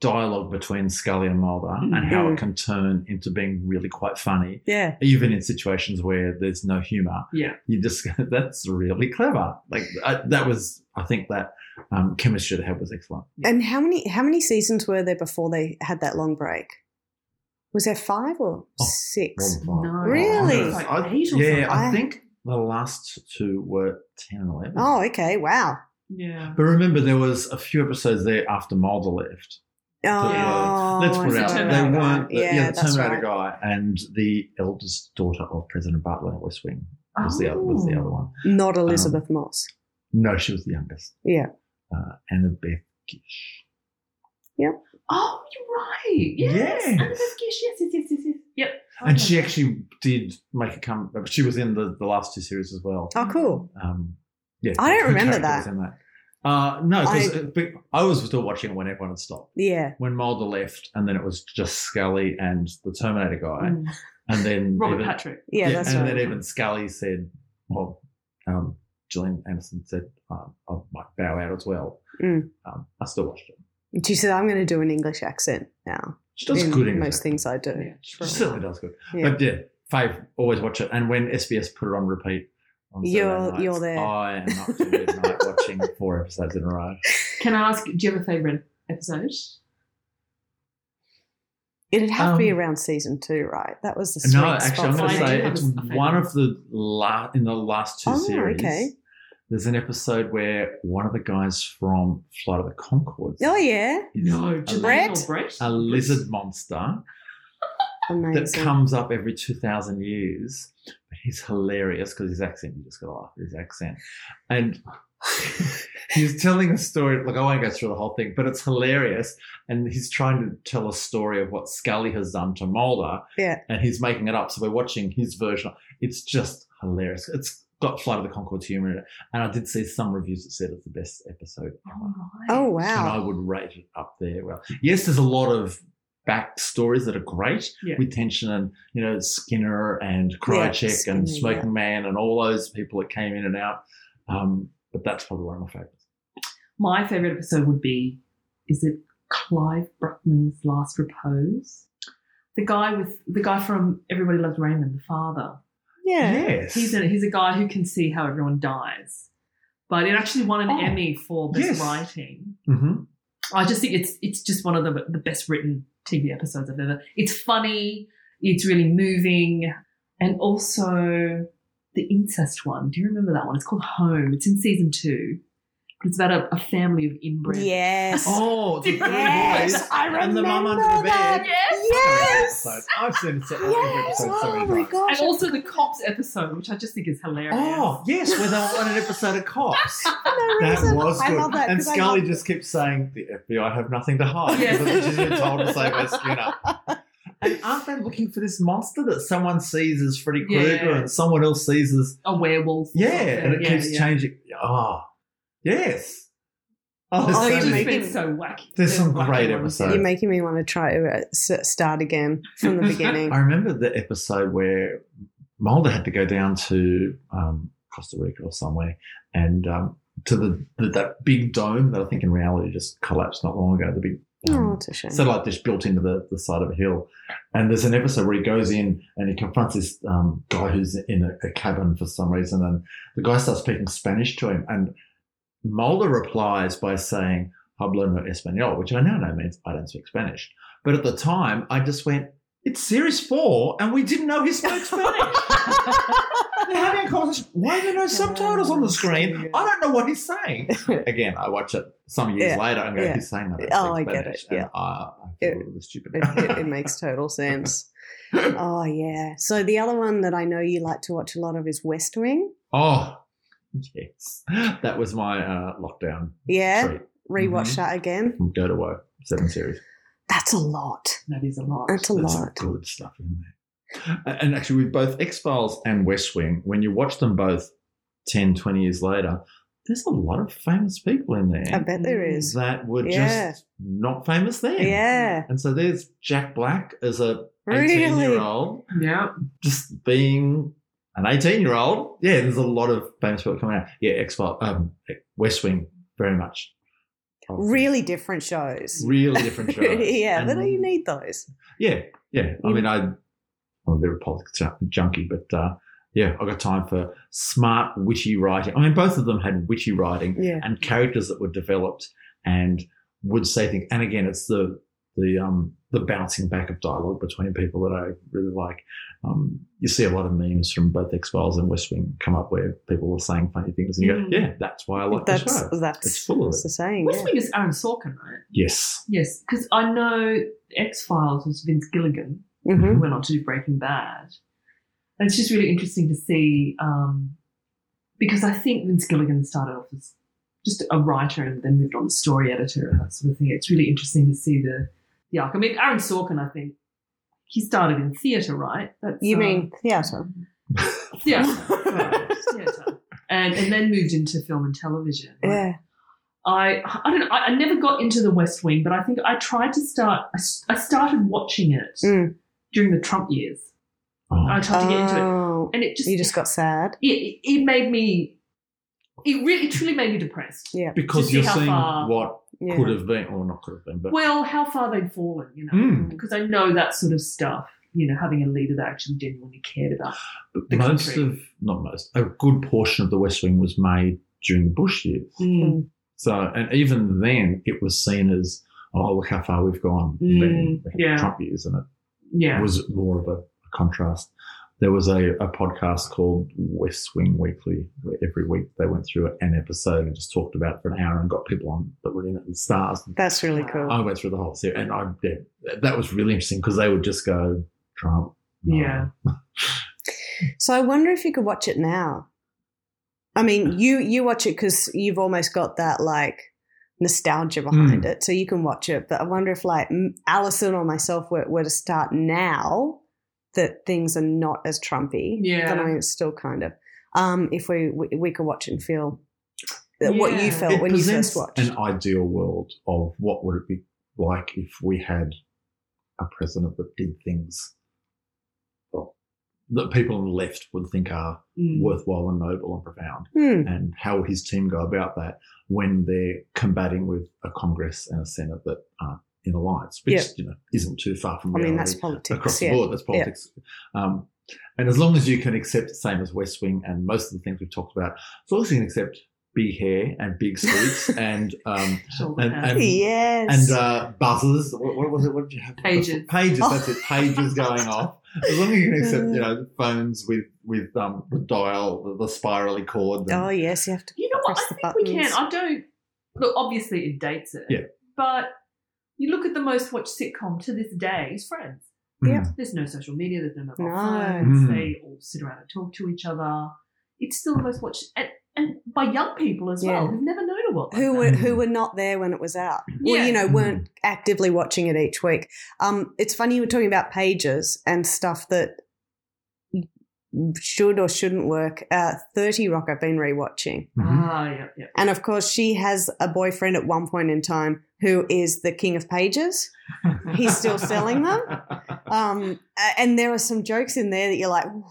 [SPEAKER 4] dialogue between Scully and Mulder and how
[SPEAKER 3] Mm-hmm.
[SPEAKER 4] it can turn into being really quite funny,
[SPEAKER 2] Yeah,
[SPEAKER 4] even in situations where there's no humor.
[SPEAKER 3] Yeah.
[SPEAKER 4] You just (laughs) that's really clever. Like I, that was, I think that um, chemistry they had was excellent.
[SPEAKER 2] and how many how many seasons were there before they had that long break? Was there five or
[SPEAKER 4] Oh,
[SPEAKER 2] six?
[SPEAKER 4] Well,
[SPEAKER 3] No.
[SPEAKER 2] Really?
[SPEAKER 3] It's like
[SPEAKER 4] I-
[SPEAKER 3] eight or
[SPEAKER 4] yeah,
[SPEAKER 3] something.
[SPEAKER 4] I,
[SPEAKER 2] I-
[SPEAKER 4] think the last two were ten and eleven.
[SPEAKER 2] Oh, okay, wow.
[SPEAKER 3] Yeah.
[SPEAKER 4] But remember, there was a few episodes there after Mulder left.
[SPEAKER 2] Oh,
[SPEAKER 4] Yeah. Let's put it
[SPEAKER 2] I
[SPEAKER 4] out.
[SPEAKER 2] see
[SPEAKER 3] The
[SPEAKER 4] there.
[SPEAKER 2] what
[SPEAKER 4] They
[SPEAKER 2] you mean.
[SPEAKER 4] weren't. The, yeah, the
[SPEAKER 2] that's
[SPEAKER 4] Terminator
[SPEAKER 2] right.
[SPEAKER 4] guy and the eldest daughter of President Butler in West Wing was the other was the
[SPEAKER 2] Oh.
[SPEAKER 4] other one.
[SPEAKER 2] Not Elizabeth Moss.
[SPEAKER 4] No, she was the youngest.
[SPEAKER 2] Yeah.
[SPEAKER 4] uh, Annabeth Gish.
[SPEAKER 3] Oh, you're right. Yes.
[SPEAKER 4] Yes.
[SPEAKER 3] Annabeth Gish. Yes, yes, yes, yes, yes. Yep.
[SPEAKER 2] Oh,
[SPEAKER 4] And she actually did make a come. She was in the, the last two series as well.
[SPEAKER 3] Mm-hmm.
[SPEAKER 2] Oh, cool.
[SPEAKER 4] Um, yeah,
[SPEAKER 2] I don't
[SPEAKER 4] her
[SPEAKER 2] remember
[SPEAKER 4] character
[SPEAKER 2] that.
[SPEAKER 4] was in Uh, no, because I, was still watching it when everyone had stopped.
[SPEAKER 2] Yeah.
[SPEAKER 4] When Mulder left, and then it was just Scully and the Terminator guy,
[SPEAKER 3] Mm.
[SPEAKER 4] and then
[SPEAKER 3] Robert
[SPEAKER 4] even-
[SPEAKER 3] Patrick.
[SPEAKER 2] Yeah, that's
[SPEAKER 4] and
[SPEAKER 2] right.
[SPEAKER 4] then even Scully said, well, um, Gillian Anderson said, um, I might bow out as well.
[SPEAKER 2] Mm.
[SPEAKER 4] Um, I still watched it.
[SPEAKER 2] And she said, I'm going to do an English accent now.
[SPEAKER 4] She does
[SPEAKER 2] in
[SPEAKER 4] good in
[SPEAKER 2] most things I do.
[SPEAKER 3] Yeah,
[SPEAKER 4] She certainly does good.
[SPEAKER 2] Yeah.
[SPEAKER 4] But yeah, fave, always watch it. And when SBS put it on repeat, on Saturday
[SPEAKER 2] You're-
[SPEAKER 4] nights,
[SPEAKER 2] you're there.
[SPEAKER 4] I am up
[SPEAKER 2] (laughs)
[SPEAKER 4] to midnight watching four episodes in a row.
[SPEAKER 3] Can I ask, do you have a favourite episode?
[SPEAKER 2] It'd have to be
[SPEAKER 4] Um,
[SPEAKER 2] around season two, right? That was the
[SPEAKER 4] No,
[SPEAKER 2] sweet
[SPEAKER 4] actually, I'm
[SPEAKER 2] spot for
[SPEAKER 4] going to
[SPEAKER 3] I do
[SPEAKER 2] me.
[SPEAKER 4] say
[SPEAKER 3] have
[SPEAKER 4] it's
[SPEAKER 3] a favourite.
[SPEAKER 4] one of the la- in the last two
[SPEAKER 2] Oh,
[SPEAKER 4] series.
[SPEAKER 2] okay.
[SPEAKER 4] There's an episode where one of the guys from Flight of the Concords
[SPEAKER 2] Oh, yeah.
[SPEAKER 3] No,
[SPEAKER 4] a,
[SPEAKER 3] Gillette
[SPEAKER 2] Brett?
[SPEAKER 3] or Brett?
[SPEAKER 4] a lizard monster. that
[SPEAKER 2] Amazing.
[SPEAKER 4] comes up every 2,000 years. But he's hilarious because his accent, you just got to laugh at his accent. And (laughs) he's telling a story. Look, I won't go through the whole thing, but it's hilarious. And he's trying to tell a story of what Scully has done to Mulder.
[SPEAKER 2] Yeah.
[SPEAKER 4] And he's making it up. So we're watching his version. It's just hilarious. It's got Flight of the Concords humor in it. And I did see some reviews that said it's the best episode ever.
[SPEAKER 3] All right.
[SPEAKER 2] Oh,
[SPEAKER 4] And I
[SPEAKER 2] wow.
[SPEAKER 4] would rate it up there. Well, yes, there's a lot of backstories that are great
[SPEAKER 3] Yeah.
[SPEAKER 4] with tension and, you know, Skinner and Krychek
[SPEAKER 2] Skinner,
[SPEAKER 4] and
[SPEAKER 2] yeah.
[SPEAKER 4] Smoking Man and all those people that came in and out. Um, but that's probably one of my favorites.
[SPEAKER 3] My favourite episode would be is it Clive Bruckman's Last Repose? The guy with the guy from Everybody Loves Raymond, the father.
[SPEAKER 2] Yeah.
[SPEAKER 4] Yes.
[SPEAKER 3] He's a he's a guy who can see how everyone dies. But it actually won an
[SPEAKER 4] Oh,
[SPEAKER 3] Emmy for best
[SPEAKER 4] yes.
[SPEAKER 3] writing.
[SPEAKER 4] Mhm.
[SPEAKER 3] I just think it's it's just one of the the best written TV episodes I've ever. It's funny, it's really moving, and also the incest one. Do you remember that one? It's called Home. It's in season two. It's about a, a family of inbred.
[SPEAKER 2] Yes.
[SPEAKER 4] Oh, the three
[SPEAKER 2] Yes,
[SPEAKER 4] boys
[SPEAKER 2] I
[SPEAKER 4] and the mum under the
[SPEAKER 2] remember
[SPEAKER 4] bed.
[SPEAKER 2] that.
[SPEAKER 3] Yes.
[SPEAKER 2] Yes.
[SPEAKER 4] Episode. I've seen it. I've seen the
[SPEAKER 2] Yes.
[SPEAKER 4] episode so
[SPEAKER 2] Oh,
[SPEAKER 4] many
[SPEAKER 2] my
[SPEAKER 4] times.
[SPEAKER 2] gosh.
[SPEAKER 3] And also the cops episode, which I just think is hilarious.
[SPEAKER 4] Oh, yes, when
[SPEAKER 2] (laughs)
[SPEAKER 4] they were on an episode of Cops.
[SPEAKER 2] No
[SPEAKER 4] That
[SPEAKER 2] reason.
[SPEAKER 4] was good.
[SPEAKER 2] I love that.
[SPEAKER 4] and
[SPEAKER 2] 'cause I
[SPEAKER 4] Scully
[SPEAKER 2] love-
[SPEAKER 4] just kept saying, the FBI have nothing to hide.
[SPEAKER 3] Yes.
[SPEAKER 4] Because she's been told to save her Skinner. (laughs) And aren't they looking for this monster that someone sees as Freddy Krueger
[SPEAKER 3] Yeah.
[SPEAKER 4] and someone else sees as...
[SPEAKER 3] a werewolf. or
[SPEAKER 4] Yeah,
[SPEAKER 3] something.
[SPEAKER 4] and it
[SPEAKER 3] Yeah,
[SPEAKER 4] keeps
[SPEAKER 3] yeah.
[SPEAKER 4] changing. Oh, yes. Oh, there's,
[SPEAKER 2] Oh,
[SPEAKER 4] so
[SPEAKER 2] you
[SPEAKER 4] many-
[SPEAKER 2] make-
[SPEAKER 3] It's been so wacky.
[SPEAKER 4] there's some
[SPEAKER 3] wacky
[SPEAKER 4] great
[SPEAKER 3] ones.
[SPEAKER 4] episodes.
[SPEAKER 2] You're making me want to try to uh, s- start again from the beginning.
[SPEAKER 4] I remember the episode where Mulder had to go down to um, Costa Rica or somewhere and um, to the, the that big dome that I think in reality just collapsed not long ago, the big um,
[SPEAKER 2] Oh, it's a shame.
[SPEAKER 4] satellite dish built into the, the side of a hill. And there's an episode where he goes in and he confronts this um, guy who's in a, a cabin for some reason, and the guy starts speaking Spanish to him. And Mulder replies by saying, Pablo no Espanol, which I now know means I don't speak Spanish. But at the time, I just went, it's series four, and we didn't know he
[SPEAKER 2] (laughs)
[SPEAKER 4] spoke Spanish. They're having a conversation. Why are there no subtitles on the screen? I don't know what he's saying.
[SPEAKER 2] (laughs)
[SPEAKER 4] Again, I watch it some years
[SPEAKER 2] Yeah.
[SPEAKER 4] later and go,
[SPEAKER 2] Yeah.
[SPEAKER 4] he's saying that.
[SPEAKER 2] Oh, I get it. Yeah.
[SPEAKER 4] I, Ah, I feel a little stupid.
[SPEAKER 2] It, it,
[SPEAKER 4] (laughs)
[SPEAKER 2] it makes total sense. Oh yeah. So the other one that I know you like to watch a lot of is West Wing.
[SPEAKER 4] oh, yes. That was my uh, lockdown
[SPEAKER 2] Yeah.
[SPEAKER 4] treat.
[SPEAKER 2] Rewatch
[SPEAKER 4] Mhm.
[SPEAKER 2] that again.
[SPEAKER 4] from Go to Woe, seven series.
[SPEAKER 2] That's a lot.
[SPEAKER 3] That is a lot.
[SPEAKER 2] That's a
[SPEAKER 4] There's
[SPEAKER 2] lot.
[SPEAKER 4] Some good stuff in there. A- And actually, with both X Files and West Wing, when you watch them both 10, 20 years later, there's a lot of famous people in
[SPEAKER 2] I
[SPEAKER 4] there
[SPEAKER 2] bet there is.
[SPEAKER 4] that were
[SPEAKER 2] Yeah.
[SPEAKER 4] just not famous then.
[SPEAKER 2] Yeah.
[SPEAKER 4] And so there's Jack Black as a 18 year
[SPEAKER 2] Really.
[SPEAKER 4] old,
[SPEAKER 3] Yeah.
[SPEAKER 4] just being an 18 year old. Yeah, there's a lot of famous people coming out. Yeah, X Files, um, West Wing, very much.
[SPEAKER 2] Really different shows. (laughs)
[SPEAKER 4] Really different shows.
[SPEAKER 2] yeah, but
[SPEAKER 4] And-
[SPEAKER 2] you need those.
[SPEAKER 4] Yeah, yeah. I
[SPEAKER 2] Mm.
[SPEAKER 4] mean, I, I'm a bit of a politics ju- junkie, but uh, yeah, I got time for smart, witty writing. I mean, both of them had witty writing
[SPEAKER 2] Yeah.
[SPEAKER 4] and characters that were developed and would say things. And again, it's the the um, the bouncing back of dialogue between people that I really like. Um, you see a lot of memes from both X Files and West Wing come up where people are saying funny things, and you go,
[SPEAKER 3] Mm.
[SPEAKER 4] "Yeah, that's why I like the
[SPEAKER 2] That's
[SPEAKER 4] show."
[SPEAKER 2] that's
[SPEAKER 4] It's full of
[SPEAKER 2] that's
[SPEAKER 4] it.
[SPEAKER 2] the saying.
[SPEAKER 3] West
[SPEAKER 2] Yeah.
[SPEAKER 3] Wing is Aaron Sorkin, right?
[SPEAKER 4] Yes,
[SPEAKER 3] Yes, because I know X Files was Vince Gilligan,
[SPEAKER 2] Mhm.
[SPEAKER 3] who went on to do Breaking Bad. And it's just really interesting to see um, because I think Vince Gilligan started off as just a writer and then moved on to story editor and that sort of thing. It's really interesting to see the the arc. I mean, Aaron Sorkin, I think he started in theatre, right? That's,
[SPEAKER 2] You
[SPEAKER 3] um,
[SPEAKER 2] mean theatre?
[SPEAKER 3] theatre? (laughs) Sorry, theatre, and and then moved into film and television. right?
[SPEAKER 2] Yeah.
[SPEAKER 3] I I don't know, I, I never got into The West Wing, but I think I tried to start. I, s- I started watching it
[SPEAKER 2] Mm.
[SPEAKER 3] during the Trump years. I
[SPEAKER 4] oh,
[SPEAKER 3] tried to get into it,
[SPEAKER 2] Oh,
[SPEAKER 3] and it just
[SPEAKER 2] you just got sad.
[SPEAKER 3] it, it made me. It really truly made me depressed.
[SPEAKER 2] Yeah.
[SPEAKER 4] because
[SPEAKER 3] to see
[SPEAKER 4] you're
[SPEAKER 3] how
[SPEAKER 4] seeing
[SPEAKER 3] far-
[SPEAKER 4] what
[SPEAKER 2] Yeah.
[SPEAKER 4] could have been, or not could have been, but
[SPEAKER 3] Well, how far they'd fallen, you know,
[SPEAKER 4] Mm.
[SPEAKER 3] because I know that sort of stuff. You know, having a leader that actually genuinely cared about.
[SPEAKER 4] But
[SPEAKER 3] the
[SPEAKER 4] most
[SPEAKER 3] country.
[SPEAKER 4] of not most a good portion of the West Wing was made during the Bush years.
[SPEAKER 3] Hmm.
[SPEAKER 2] Mm.
[SPEAKER 4] So and even then it was seen as oh look how far we've gone
[SPEAKER 3] Mm,
[SPEAKER 4] the
[SPEAKER 3] yeah.
[SPEAKER 4] Trump years and it
[SPEAKER 3] Yeah.
[SPEAKER 4] was more of a contrast. There was a, a podcast called West Wing Weekly where every week they went through an episode and just talked about it for an hour and got people on that were in it and stars.
[SPEAKER 2] That's really cool.
[SPEAKER 4] I went through the whole series and I yeah, that was really interesting because they would just go Trump. no."
[SPEAKER 3] Yeah.
[SPEAKER 2] So I wonder if you could watch it now. I mean, you you watch it because you've almost got that like nostalgia
[SPEAKER 4] Hmm.
[SPEAKER 2] behind it, so you can watch it. But I wonder if like m- Alison or myself were, were to start now that things are not as Trumpy.
[SPEAKER 3] Yeah.
[SPEAKER 2] but I mean, it's still kind of. Um, if we, we we could watch and feel that what you
[SPEAKER 3] Yeah.
[SPEAKER 2] felt when you first watched.
[SPEAKER 4] an ideal world of what would it be like if we had a president that did things well, that people on the left would think are
[SPEAKER 3] Mm.
[SPEAKER 4] worthwhile and noble and profound,
[SPEAKER 2] Hmm.
[SPEAKER 4] and how would his team go about that when they're combating with a Congress and a Senate that aren't in alliance, which
[SPEAKER 2] Yeah.
[SPEAKER 4] you know isn't too far from
[SPEAKER 2] I
[SPEAKER 4] reality
[SPEAKER 2] mean, that's politics.
[SPEAKER 4] across the
[SPEAKER 2] yeah.
[SPEAKER 4] board. That's politics. Um, and as long as you can accept the same as West Wing and most of the things we've talked about, as long as you can accept big hair and big suits
[SPEAKER 2] (laughs)
[SPEAKER 4] and um,
[SPEAKER 3] Shoulder
[SPEAKER 4] and,
[SPEAKER 3] pads.
[SPEAKER 4] and,
[SPEAKER 2] Yes.
[SPEAKER 4] and uh, buzzers. What, what was it? What did you have?
[SPEAKER 3] Pages.
[SPEAKER 4] Pages.
[SPEAKER 2] Oh.
[SPEAKER 4] That's it.
[SPEAKER 2] (laughs)
[SPEAKER 4] Pages going off. As long as you can
[SPEAKER 2] Uh.
[SPEAKER 4] accept, you know, phones with with um, the dial, the, the spirally cord. and-
[SPEAKER 2] oh yes, you have to.
[SPEAKER 3] You know what?
[SPEAKER 2] Press
[SPEAKER 3] I
[SPEAKER 2] the
[SPEAKER 3] think we can.
[SPEAKER 2] buttons.
[SPEAKER 3] I don't. Look, obviously it dates it.
[SPEAKER 4] Yeah.
[SPEAKER 3] But you look at the most watched sitcom to this day is Friends.
[SPEAKER 2] Yeah.
[SPEAKER 3] There's no social media. There's no mobile
[SPEAKER 2] No.
[SPEAKER 3] phones.
[SPEAKER 4] Mm.
[SPEAKER 3] They all sit around and talk to each other. It's still the most watched, and, and by young people as well
[SPEAKER 2] Yeah.
[SPEAKER 3] who've never known a world like
[SPEAKER 2] who
[SPEAKER 3] that. Mm.
[SPEAKER 2] were who were not there when it was out or
[SPEAKER 3] Yeah.
[SPEAKER 2] you know weren't actively watching it each week um it's funny you were talking about pages and stuff that should or shouldn't work uh 30 rock i've been rewatching
[SPEAKER 4] Mhm.
[SPEAKER 3] Ah, yeah, yeah.
[SPEAKER 2] and of course she has a boyfriend at one point in time who is the king of pages He's still selling
[SPEAKER 4] (laughs)
[SPEAKER 2] them? um a- and there are some jokes in there that you're like "Ooh,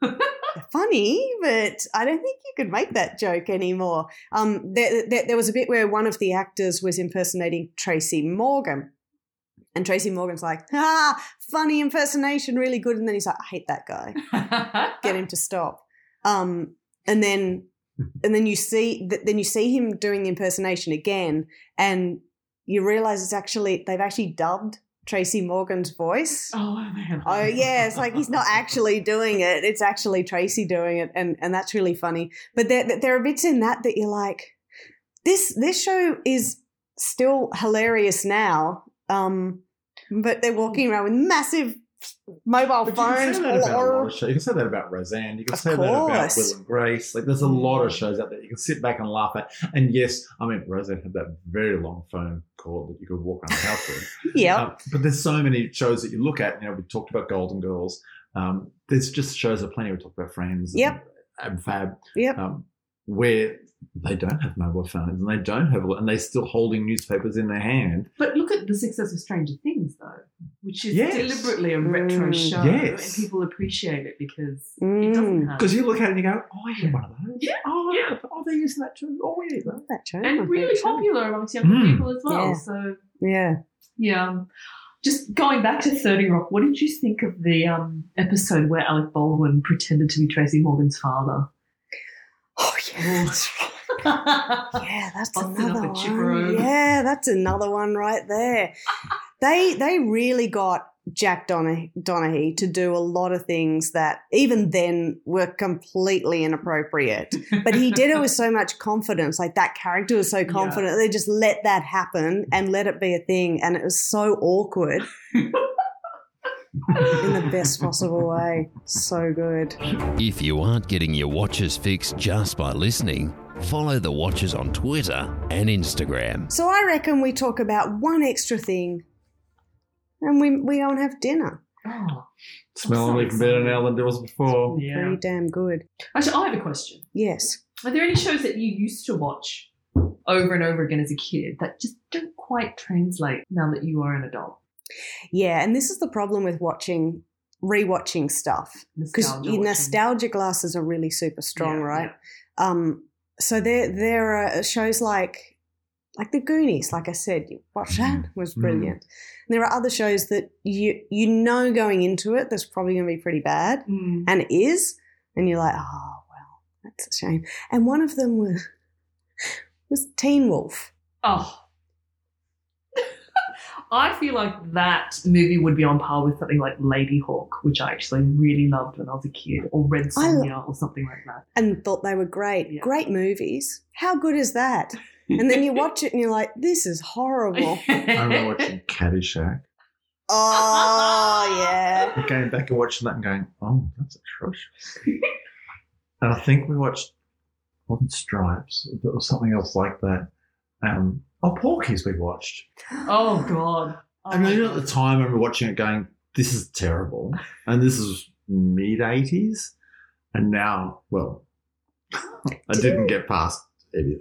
[SPEAKER 2] they're funny but i don't think you could make that joke anymore um there, there, there was a bit where one of the actors was impersonating tracy morgan and tracy morgan's like ah funny impersonation really good and then he's like i hate that guy get him to stop um and then and then you see th- then you see him doing the impersonation again, and you realize it's actually they've actually dubbed Tracy Morgan's voice.
[SPEAKER 3] (laughs) Oh, man.
[SPEAKER 2] Oh yeah, it's like he's
[SPEAKER 3] (laughs)
[SPEAKER 2] not actually doing it; it's actually Tracy doing it, and and that's really funny. But there there are bits in that that you're like, this this show is still hilarious now, um, but they're walking around with massive mobile
[SPEAKER 4] But
[SPEAKER 2] phones.
[SPEAKER 4] You can say that
[SPEAKER 2] all
[SPEAKER 4] about a lot
[SPEAKER 2] over.
[SPEAKER 4] of shows. You can say that about Roseanne. You can
[SPEAKER 2] Of
[SPEAKER 4] say that about
[SPEAKER 2] course. Mm.
[SPEAKER 4] Will and Grace. Like, there's a lot of shows out there you can sit back and laugh at. And yes, I mean, Roseanne had that very long phone call that you could walk around the house with.
[SPEAKER 2] (laughs) Yeah,
[SPEAKER 4] Um, but there's so many shows that you look at. You know, we talked about Golden Girls. Um, there's just shows of plenty. We talked about Friends. and-
[SPEAKER 2] Yep.
[SPEAKER 4] And, Fab.
[SPEAKER 2] Yep.
[SPEAKER 4] Um, where they don't have mobile phones and they don't have, a and they're still holding newspapers in their hand.
[SPEAKER 3] But look at the success of Stranger Things, though, which is
[SPEAKER 4] Yes.
[SPEAKER 3] deliberately a retro
[SPEAKER 2] Mm. Mm.
[SPEAKER 3] show,
[SPEAKER 4] Yes.
[SPEAKER 3] and people appreciate it because it doesn't have.
[SPEAKER 4] Because you look at it and you go, "Oh, I had one of those.
[SPEAKER 3] Yeah,
[SPEAKER 4] Oh,
[SPEAKER 3] yeah.
[SPEAKER 4] oh, they're using that too. Oh, we need that."
[SPEAKER 2] that show
[SPEAKER 3] and really popular amongst younger
[SPEAKER 4] Mm.
[SPEAKER 3] people as well.
[SPEAKER 2] Yeah.
[SPEAKER 3] So
[SPEAKER 2] Yeah,
[SPEAKER 3] yeah, um, just going back to Thirty Rock, what did you think of the um, episode where Alec Baldwin pretended to be Tracy Morgan's father?
[SPEAKER 2] oh yeah.
[SPEAKER 3] (laughs)
[SPEAKER 2] that's right. Yeah, that's
[SPEAKER 3] Busted up
[SPEAKER 2] another
[SPEAKER 3] a chipper.
[SPEAKER 2] one. Yeah, that's another one right there. they they really got Jack Donah- Donaghy to do a lot of things that even then were completely inappropriate. But he did it with so much confidence. Like that character was so confident. They just let that happen and let it be a thing. And it was so awkward in the best possible way. So good.
[SPEAKER 1] If you aren't getting your watches fixed just by listening, follow the watches on Twitter and Instagram.
[SPEAKER 2] So I reckon we talk about one extra thing and we, we go and have dinner.
[SPEAKER 3] Oh,
[SPEAKER 4] Smelling even better now than it was before.
[SPEAKER 3] yeah.
[SPEAKER 2] Pretty damn good.
[SPEAKER 3] Actually, I have a question.
[SPEAKER 2] Yes.
[SPEAKER 3] Are there any shows that you used to watch over and over again as a kid that just don't quite translate now that you are an adult?
[SPEAKER 2] Yeah, and this is the problem with watching rewatching stuff because
[SPEAKER 3] Nostalgia
[SPEAKER 2] your
[SPEAKER 3] watching.
[SPEAKER 2] nostalgia glasses are really super strong,
[SPEAKER 3] Yeah,
[SPEAKER 2] right? Um, so there there are uh, shows like like the Goonies, like I said, you watch that it was
[SPEAKER 4] Mm.
[SPEAKER 2] brilliant. And there are other shows that you you know going into it that's probably going to be pretty bad,
[SPEAKER 3] yeah. Mm.
[SPEAKER 2] and it is, and you're like, oh well, that's a shame. And one of them was was Teen Wolf.
[SPEAKER 3] Oh. (laughs) I feel like that movie would be on par with something like Lady Hawk, which I actually really loved when I was a kid, or Red Sonja, or something like that.
[SPEAKER 2] and thought they were great.
[SPEAKER 3] Yeah.
[SPEAKER 2] Great movies. How good is that?
[SPEAKER 3] (laughs)
[SPEAKER 2] And then you watch it and you're like, this is horrible.
[SPEAKER 4] I remember watching Caddyshack.
[SPEAKER 2] oh, yeah.
[SPEAKER 4] Going back and watching that and going, oh, that's atrocious. and I think we watched, wasn't Stripes, or something else like that. Um, oh, Porky's we watched.
[SPEAKER 3] oh God!
[SPEAKER 4] I remember at the time, I remember watching it going, this is terrible. And this is mid 80s. And now, well, (laughs) I
[SPEAKER 2] Did-
[SPEAKER 4] didn't get past it.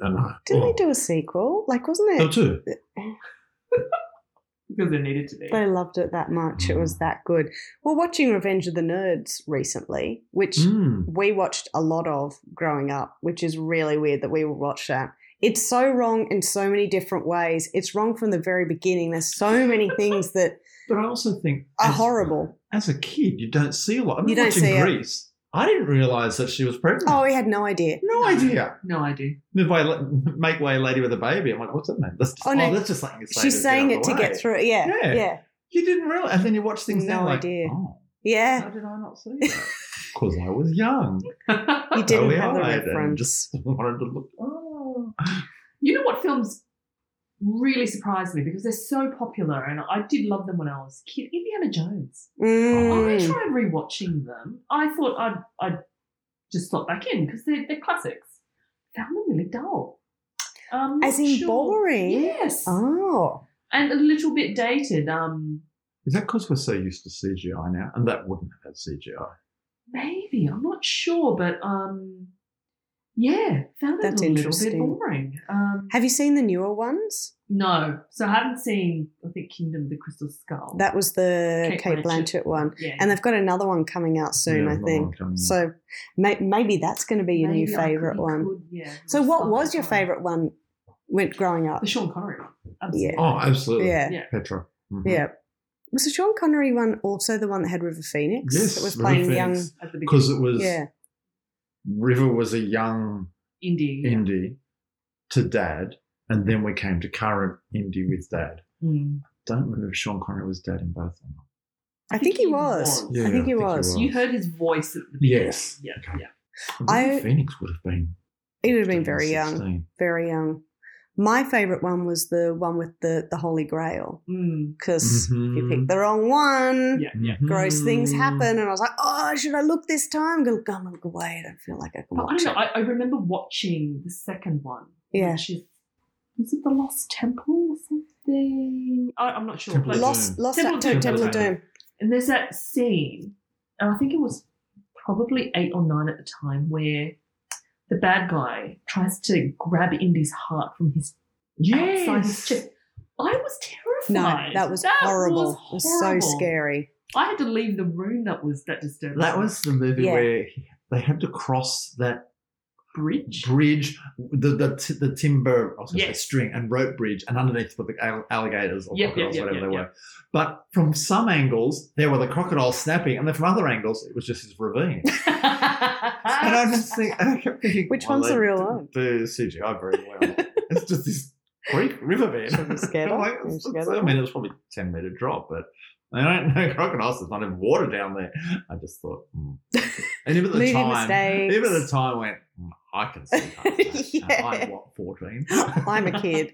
[SPEAKER 4] I know.
[SPEAKER 2] Didn't
[SPEAKER 4] oh.
[SPEAKER 2] they do a sequel? Like, wasn't
[SPEAKER 4] Oh,
[SPEAKER 2] it?
[SPEAKER 4] too.
[SPEAKER 3] Oh, because there needed to be.
[SPEAKER 2] They loved it that much. It was that good. We're watching Revenge of the Nerds recently, which
[SPEAKER 4] Mm.
[SPEAKER 2] we watched a lot of growing up, which is really weird that we will watch that. It's so wrong in so many different ways. It's wrong from the very beginning. There's so many things that
[SPEAKER 4] But I also think
[SPEAKER 2] are
[SPEAKER 4] as-
[SPEAKER 2] horrible.
[SPEAKER 4] As a kid, you don't see a lot. I mean,
[SPEAKER 2] You don't
[SPEAKER 4] watching
[SPEAKER 2] see it.
[SPEAKER 4] Greece, I didn't realise that she was pregnant.
[SPEAKER 2] Oh, we had no idea.
[SPEAKER 4] no idea.
[SPEAKER 2] (laughs)
[SPEAKER 3] No idea.
[SPEAKER 4] Make way, make way, lady with a baby. I'm like, what's that name? That's just,
[SPEAKER 2] Oh,
[SPEAKER 4] oh,
[SPEAKER 2] no.
[SPEAKER 4] that's just something. you say
[SPEAKER 2] She's
[SPEAKER 4] to out
[SPEAKER 2] saying
[SPEAKER 4] of
[SPEAKER 2] it
[SPEAKER 4] the
[SPEAKER 2] to
[SPEAKER 4] way.
[SPEAKER 2] get through. Yeah,
[SPEAKER 4] Yeah.
[SPEAKER 2] yeah, yeah.
[SPEAKER 4] You didn't realise, and then you watch things now.
[SPEAKER 2] No
[SPEAKER 4] like,
[SPEAKER 2] idea.
[SPEAKER 4] Oh, how did I not see that? (laughs) Because I was young. (laughs)
[SPEAKER 2] You didn't
[SPEAKER 4] Early
[SPEAKER 2] have the
[SPEAKER 4] eyed and
[SPEAKER 2] reference.
[SPEAKER 4] Just wanted to look. Oh.
[SPEAKER 3] (laughs) you know what films really surprised me because they're so popular, and I did love them when I was a kid. Indiana Jones. I
[SPEAKER 2] Mm.
[SPEAKER 3] tried rewatching them. I thought I'd, I'd just slot back in because they're, they're classics. Found them really dull. Um,
[SPEAKER 2] As in boring?
[SPEAKER 3] Yes.
[SPEAKER 2] Oh,
[SPEAKER 3] And a little bit dated. Um,
[SPEAKER 4] Is that because we're so used to CGI now? And that wouldn't have had CGI.
[SPEAKER 3] maybe. I'm not sure, but um, yeah, found them
[SPEAKER 2] That's
[SPEAKER 3] a little bit
[SPEAKER 2] interesting.
[SPEAKER 3] boring. Um,
[SPEAKER 2] have you seen the newer ones?
[SPEAKER 3] no. So I haven't seen, I think, Kingdom of the Crystal Skull.
[SPEAKER 2] That was the
[SPEAKER 3] Kate
[SPEAKER 2] Kate,
[SPEAKER 3] Blanchett.
[SPEAKER 2] Blanchett. one,
[SPEAKER 3] yeah.
[SPEAKER 2] and they've got another one coming out soon,
[SPEAKER 4] Yeah,
[SPEAKER 2] I
[SPEAKER 4] another one
[SPEAKER 2] think.
[SPEAKER 4] coming.
[SPEAKER 2] So may- maybe that's going to be your
[SPEAKER 3] Maybe
[SPEAKER 2] new
[SPEAKER 3] I could-
[SPEAKER 2] favorite
[SPEAKER 3] you
[SPEAKER 2] one.
[SPEAKER 3] could, yeah,
[SPEAKER 2] So, what
[SPEAKER 3] slot
[SPEAKER 2] was
[SPEAKER 3] that
[SPEAKER 2] your
[SPEAKER 3] one.
[SPEAKER 2] favorite one when growing up?
[SPEAKER 3] The Sean Connery one. Absolutely.
[SPEAKER 4] Oh, absolutely.
[SPEAKER 2] Yeah,
[SPEAKER 3] Yeah.
[SPEAKER 4] Petra. Mhm.
[SPEAKER 2] yeah. Was the Sean Connery one also the one that had River Phoenix?
[SPEAKER 4] Yes.
[SPEAKER 2] that was playing
[SPEAKER 4] River
[SPEAKER 2] young.
[SPEAKER 4] Phoenix.
[SPEAKER 3] At the
[SPEAKER 4] because it was
[SPEAKER 2] Yeah,
[SPEAKER 4] River was a young
[SPEAKER 3] Indie. yeah.
[SPEAKER 4] indie to dad, and then we came to current indie with dad.
[SPEAKER 3] Mm.
[SPEAKER 4] Don't remember if Sean Connery was dad in both or not.
[SPEAKER 2] I think he was.
[SPEAKER 4] Yeah,
[SPEAKER 2] I think he was.
[SPEAKER 3] You heard his voice at the beginning.
[SPEAKER 4] Yes.
[SPEAKER 3] Yeah.
[SPEAKER 4] Okay.
[SPEAKER 3] Yeah.
[SPEAKER 4] I
[SPEAKER 2] I-
[SPEAKER 4] wonder if Phoenix would have been.
[SPEAKER 2] He would have been very
[SPEAKER 4] 16.
[SPEAKER 2] young, very young. My favourite one was the one with the, the Holy Grail
[SPEAKER 3] Mm.
[SPEAKER 2] because you
[SPEAKER 4] Mhm.
[SPEAKER 2] picked the wrong one.
[SPEAKER 3] Yeah. Yeah.
[SPEAKER 2] Gross things
[SPEAKER 4] Mhm.
[SPEAKER 2] happen, and I was like, "Oh, should I look this time?" Go, go, go away. I don't feel like I can
[SPEAKER 3] But I
[SPEAKER 2] watch
[SPEAKER 3] don't know.
[SPEAKER 2] it.
[SPEAKER 3] I, I remember watching the second one.
[SPEAKER 2] Yeah.
[SPEAKER 3] Which is, was it The Lost Temple or something? I, I'm not sure.
[SPEAKER 4] Temple of
[SPEAKER 3] But-
[SPEAKER 2] Lost,
[SPEAKER 4] Doom.
[SPEAKER 2] lost
[SPEAKER 3] Temple
[SPEAKER 2] Temple,
[SPEAKER 3] of
[SPEAKER 2] Temple,
[SPEAKER 3] Doom.
[SPEAKER 2] of Doom.
[SPEAKER 3] And there's that scene, and I think it was probably eight or nine at the time, where the bad guy tries to grab Indy's heart from his outside his
[SPEAKER 4] Yes.
[SPEAKER 3] chest. I was
[SPEAKER 2] No,
[SPEAKER 3] terrified.
[SPEAKER 2] that was
[SPEAKER 3] That
[SPEAKER 2] horrible.
[SPEAKER 3] was
[SPEAKER 2] It was so
[SPEAKER 3] horrible.
[SPEAKER 2] scary.
[SPEAKER 3] I had to leave the room. That was that disturbing.
[SPEAKER 4] That was the movie
[SPEAKER 2] Yeah.
[SPEAKER 4] where he- they had to cross that
[SPEAKER 3] bridge. (laughs)
[SPEAKER 4] bridge, the the, t- the timber I was gonna say
[SPEAKER 3] Yes.
[SPEAKER 4] string and rope bridge, and underneath were the al- alligators or
[SPEAKER 3] Yeah, yeah,
[SPEAKER 4] crocodiles,
[SPEAKER 3] yeah,
[SPEAKER 4] whatever
[SPEAKER 3] yeah,
[SPEAKER 4] they
[SPEAKER 3] yeah.
[SPEAKER 4] were. But from some angles, there were the crocodiles snapping, and then from other angles, it was just his ravine. And I
[SPEAKER 2] (laughs)
[SPEAKER 4] just think, (laughs) and I kept thinking,
[SPEAKER 2] Which
[SPEAKER 4] well,
[SPEAKER 2] one's the
[SPEAKER 4] they
[SPEAKER 2] real
[SPEAKER 4] did
[SPEAKER 2] one?
[SPEAKER 4] The CGI very well. (laughs) it's just this creek riverbed.
[SPEAKER 2] Should we scale
[SPEAKER 4] I'm
[SPEAKER 2] up?
[SPEAKER 4] like,
[SPEAKER 2] Should we
[SPEAKER 4] it's-
[SPEAKER 2] scale
[SPEAKER 4] I
[SPEAKER 2] up?
[SPEAKER 4] mean, it was probably ten meter drop, but I don't know (laughs) crocodiles. There's not even water down there. I just thought,
[SPEAKER 2] (laughs)
[SPEAKER 4] hmm. and even at the
[SPEAKER 2] Movie
[SPEAKER 4] time,
[SPEAKER 2] mistakes.
[SPEAKER 4] even at the time, I went, hmm, I can
[SPEAKER 2] (laughs)
[SPEAKER 4] see that.
[SPEAKER 2] Yeah.
[SPEAKER 4] I'm what fourteen.
[SPEAKER 2] (laughs) I'm a kid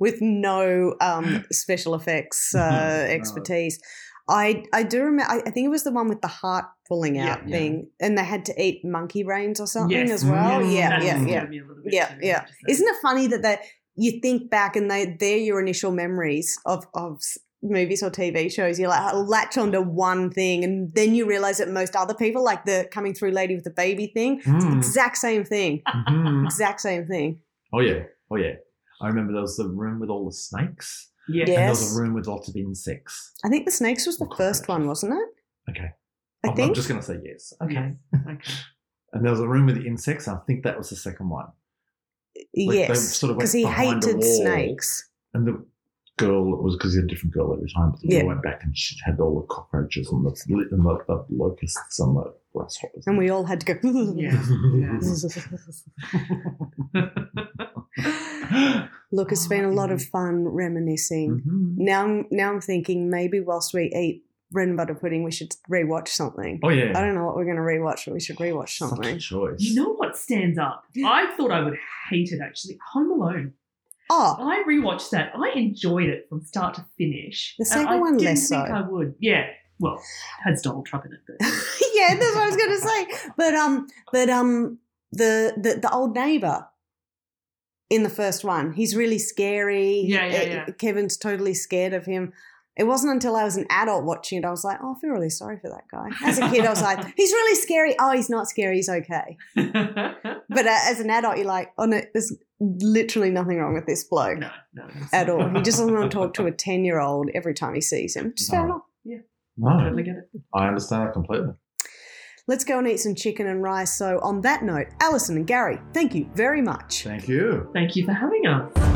[SPEAKER 2] with no um, special
[SPEAKER 3] (laughs)
[SPEAKER 2] effects
[SPEAKER 4] No,
[SPEAKER 2] uh,
[SPEAKER 4] no.
[SPEAKER 2] expertise. I I do remember. I, I think it was the one with the heart pulling
[SPEAKER 3] Yeah.
[SPEAKER 2] out thing, and they had to eat monkey brains or something
[SPEAKER 3] Yes. Mm.
[SPEAKER 2] as well.
[SPEAKER 4] Mm.
[SPEAKER 2] Yeah,
[SPEAKER 3] That
[SPEAKER 2] yeah,
[SPEAKER 3] disturbed
[SPEAKER 2] yeah,
[SPEAKER 3] me a little bit
[SPEAKER 2] yeah,
[SPEAKER 3] too,
[SPEAKER 2] yeah.
[SPEAKER 3] just that.
[SPEAKER 2] Isn't it funny that that you think back and they they're your initial memories of of s- movies or TV shows. You like latch onto one thing, and then you realize that most other people, like the coming through lady with the baby thing,
[SPEAKER 4] (laughs)
[SPEAKER 3] Mm.
[SPEAKER 4] Hmm.
[SPEAKER 2] exact same thing,
[SPEAKER 4] Mhm.
[SPEAKER 2] exact same thing.
[SPEAKER 4] Oh yeah, oh yeah. I remember there was the room with all the snakes,
[SPEAKER 3] Yeah.
[SPEAKER 4] and
[SPEAKER 2] Yeah.
[SPEAKER 4] there
[SPEAKER 2] Yes.
[SPEAKER 4] was a room with lots of insects.
[SPEAKER 2] I think the snakes was the
[SPEAKER 4] Of course.
[SPEAKER 2] first one, wasn't it?
[SPEAKER 4] Oh, Okay,
[SPEAKER 2] I
[SPEAKER 4] I'm- I'm
[SPEAKER 2] think
[SPEAKER 4] just going to say yes.
[SPEAKER 3] Okay. Okay.
[SPEAKER 4] And there was a room with the insects. and I think that was the second one. Like, they
[SPEAKER 2] yes,
[SPEAKER 4] sort of went
[SPEAKER 2] because he
[SPEAKER 4] behind a
[SPEAKER 2] hated
[SPEAKER 4] wall.
[SPEAKER 2] snakes.
[SPEAKER 4] And the girl, it was because he had a different girl every time. But the
[SPEAKER 2] Yeah.
[SPEAKER 4] girl went back and she had all the cockroaches and the, and the, the locusts and the grasshoppers. (laughs)
[SPEAKER 2] And we all had to go.
[SPEAKER 3] Yeah.
[SPEAKER 2] (laughs) Look,
[SPEAKER 4] Oh,
[SPEAKER 2] it's been a lot of fun reminiscing.
[SPEAKER 4] Mhm.
[SPEAKER 2] Now, I'm, now I'm thinking maybe whilst we eat bread and butter pudding, we should rewatch something.
[SPEAKER 4] Oh, yeah.
[SPEAKER 2] I don't know what we're going to rewatch, but we should rewatch
[SPEAKER 4] Such a
[SPEAKER 2] something.
[SPEAKER 4] choice.
[SPEAKER 3] You know what stands up? I thought I would hate it actually. Home Alone.
[SPEAKER 2] Oh,
[SPEAKER 3] I rewatched that. I enjoyed it from start to finish.
[SPEAKER 2] The
[SPEAKER 3] And
[SPEAKER 2] second
[SPEAKER 3] I
[SPEAKER 2] one
[SPEAKER 3] didn't
[SPEAKER 2] less
[SPEAKER 3] think
[SPEAKER 2] so.
[SPEAKER 3] I would. Yeah. Well, it has Donald Trump in it, but
[SPEAKER 2] (laughs)
[SPEAKER 3] (laughs)
[SPEAKER 2] yeah, that's what I was going to say. But um, but um, the the, the old neighbor in the first one, he's really scary.
[SPEAKER 3] Yeah, yeah,
[SPEAKER 2] Uh,
[SPEAKER 3] yeah.
[SPEAKER 2] Kevin's totally scared of him. It wasn't until I was an adult watching it, I was like, oh, I feel really sorry for that guy. As a kid, I was like,
[SPEAKER 3] (laughs)
[SPEAKER 2] he's really scary. Oh, he's not scary. He's okay.
[SPEAKER 3] no,
[SPEAKER 2] But uh, as an adult, you're like, oh, no, there's literally nothing wrong with this bloke
[SPEAKER 3] no.
[SPEAKER 2] at all. He just
[SPEAKER 3] (laughs)
[SPEAKER 2] doesn't want to talk to a 10 year old every time he sees him. Just fair
[SPEAKER 4] No.
[SPEAKER 2] enough.
[SPEAKER 3] I
[SPEAKER 4] No,
[SPEAKER 3] totally get it.
[SPEAKER 4] I understand that completely.
[SPEAKER 2] Let's go and eat some chicken and rice. So, on that note, Alison and Gary, thank you very much.
[SPEAKER 4] Thank you.
[SPEAKER 3] Thank you for having us.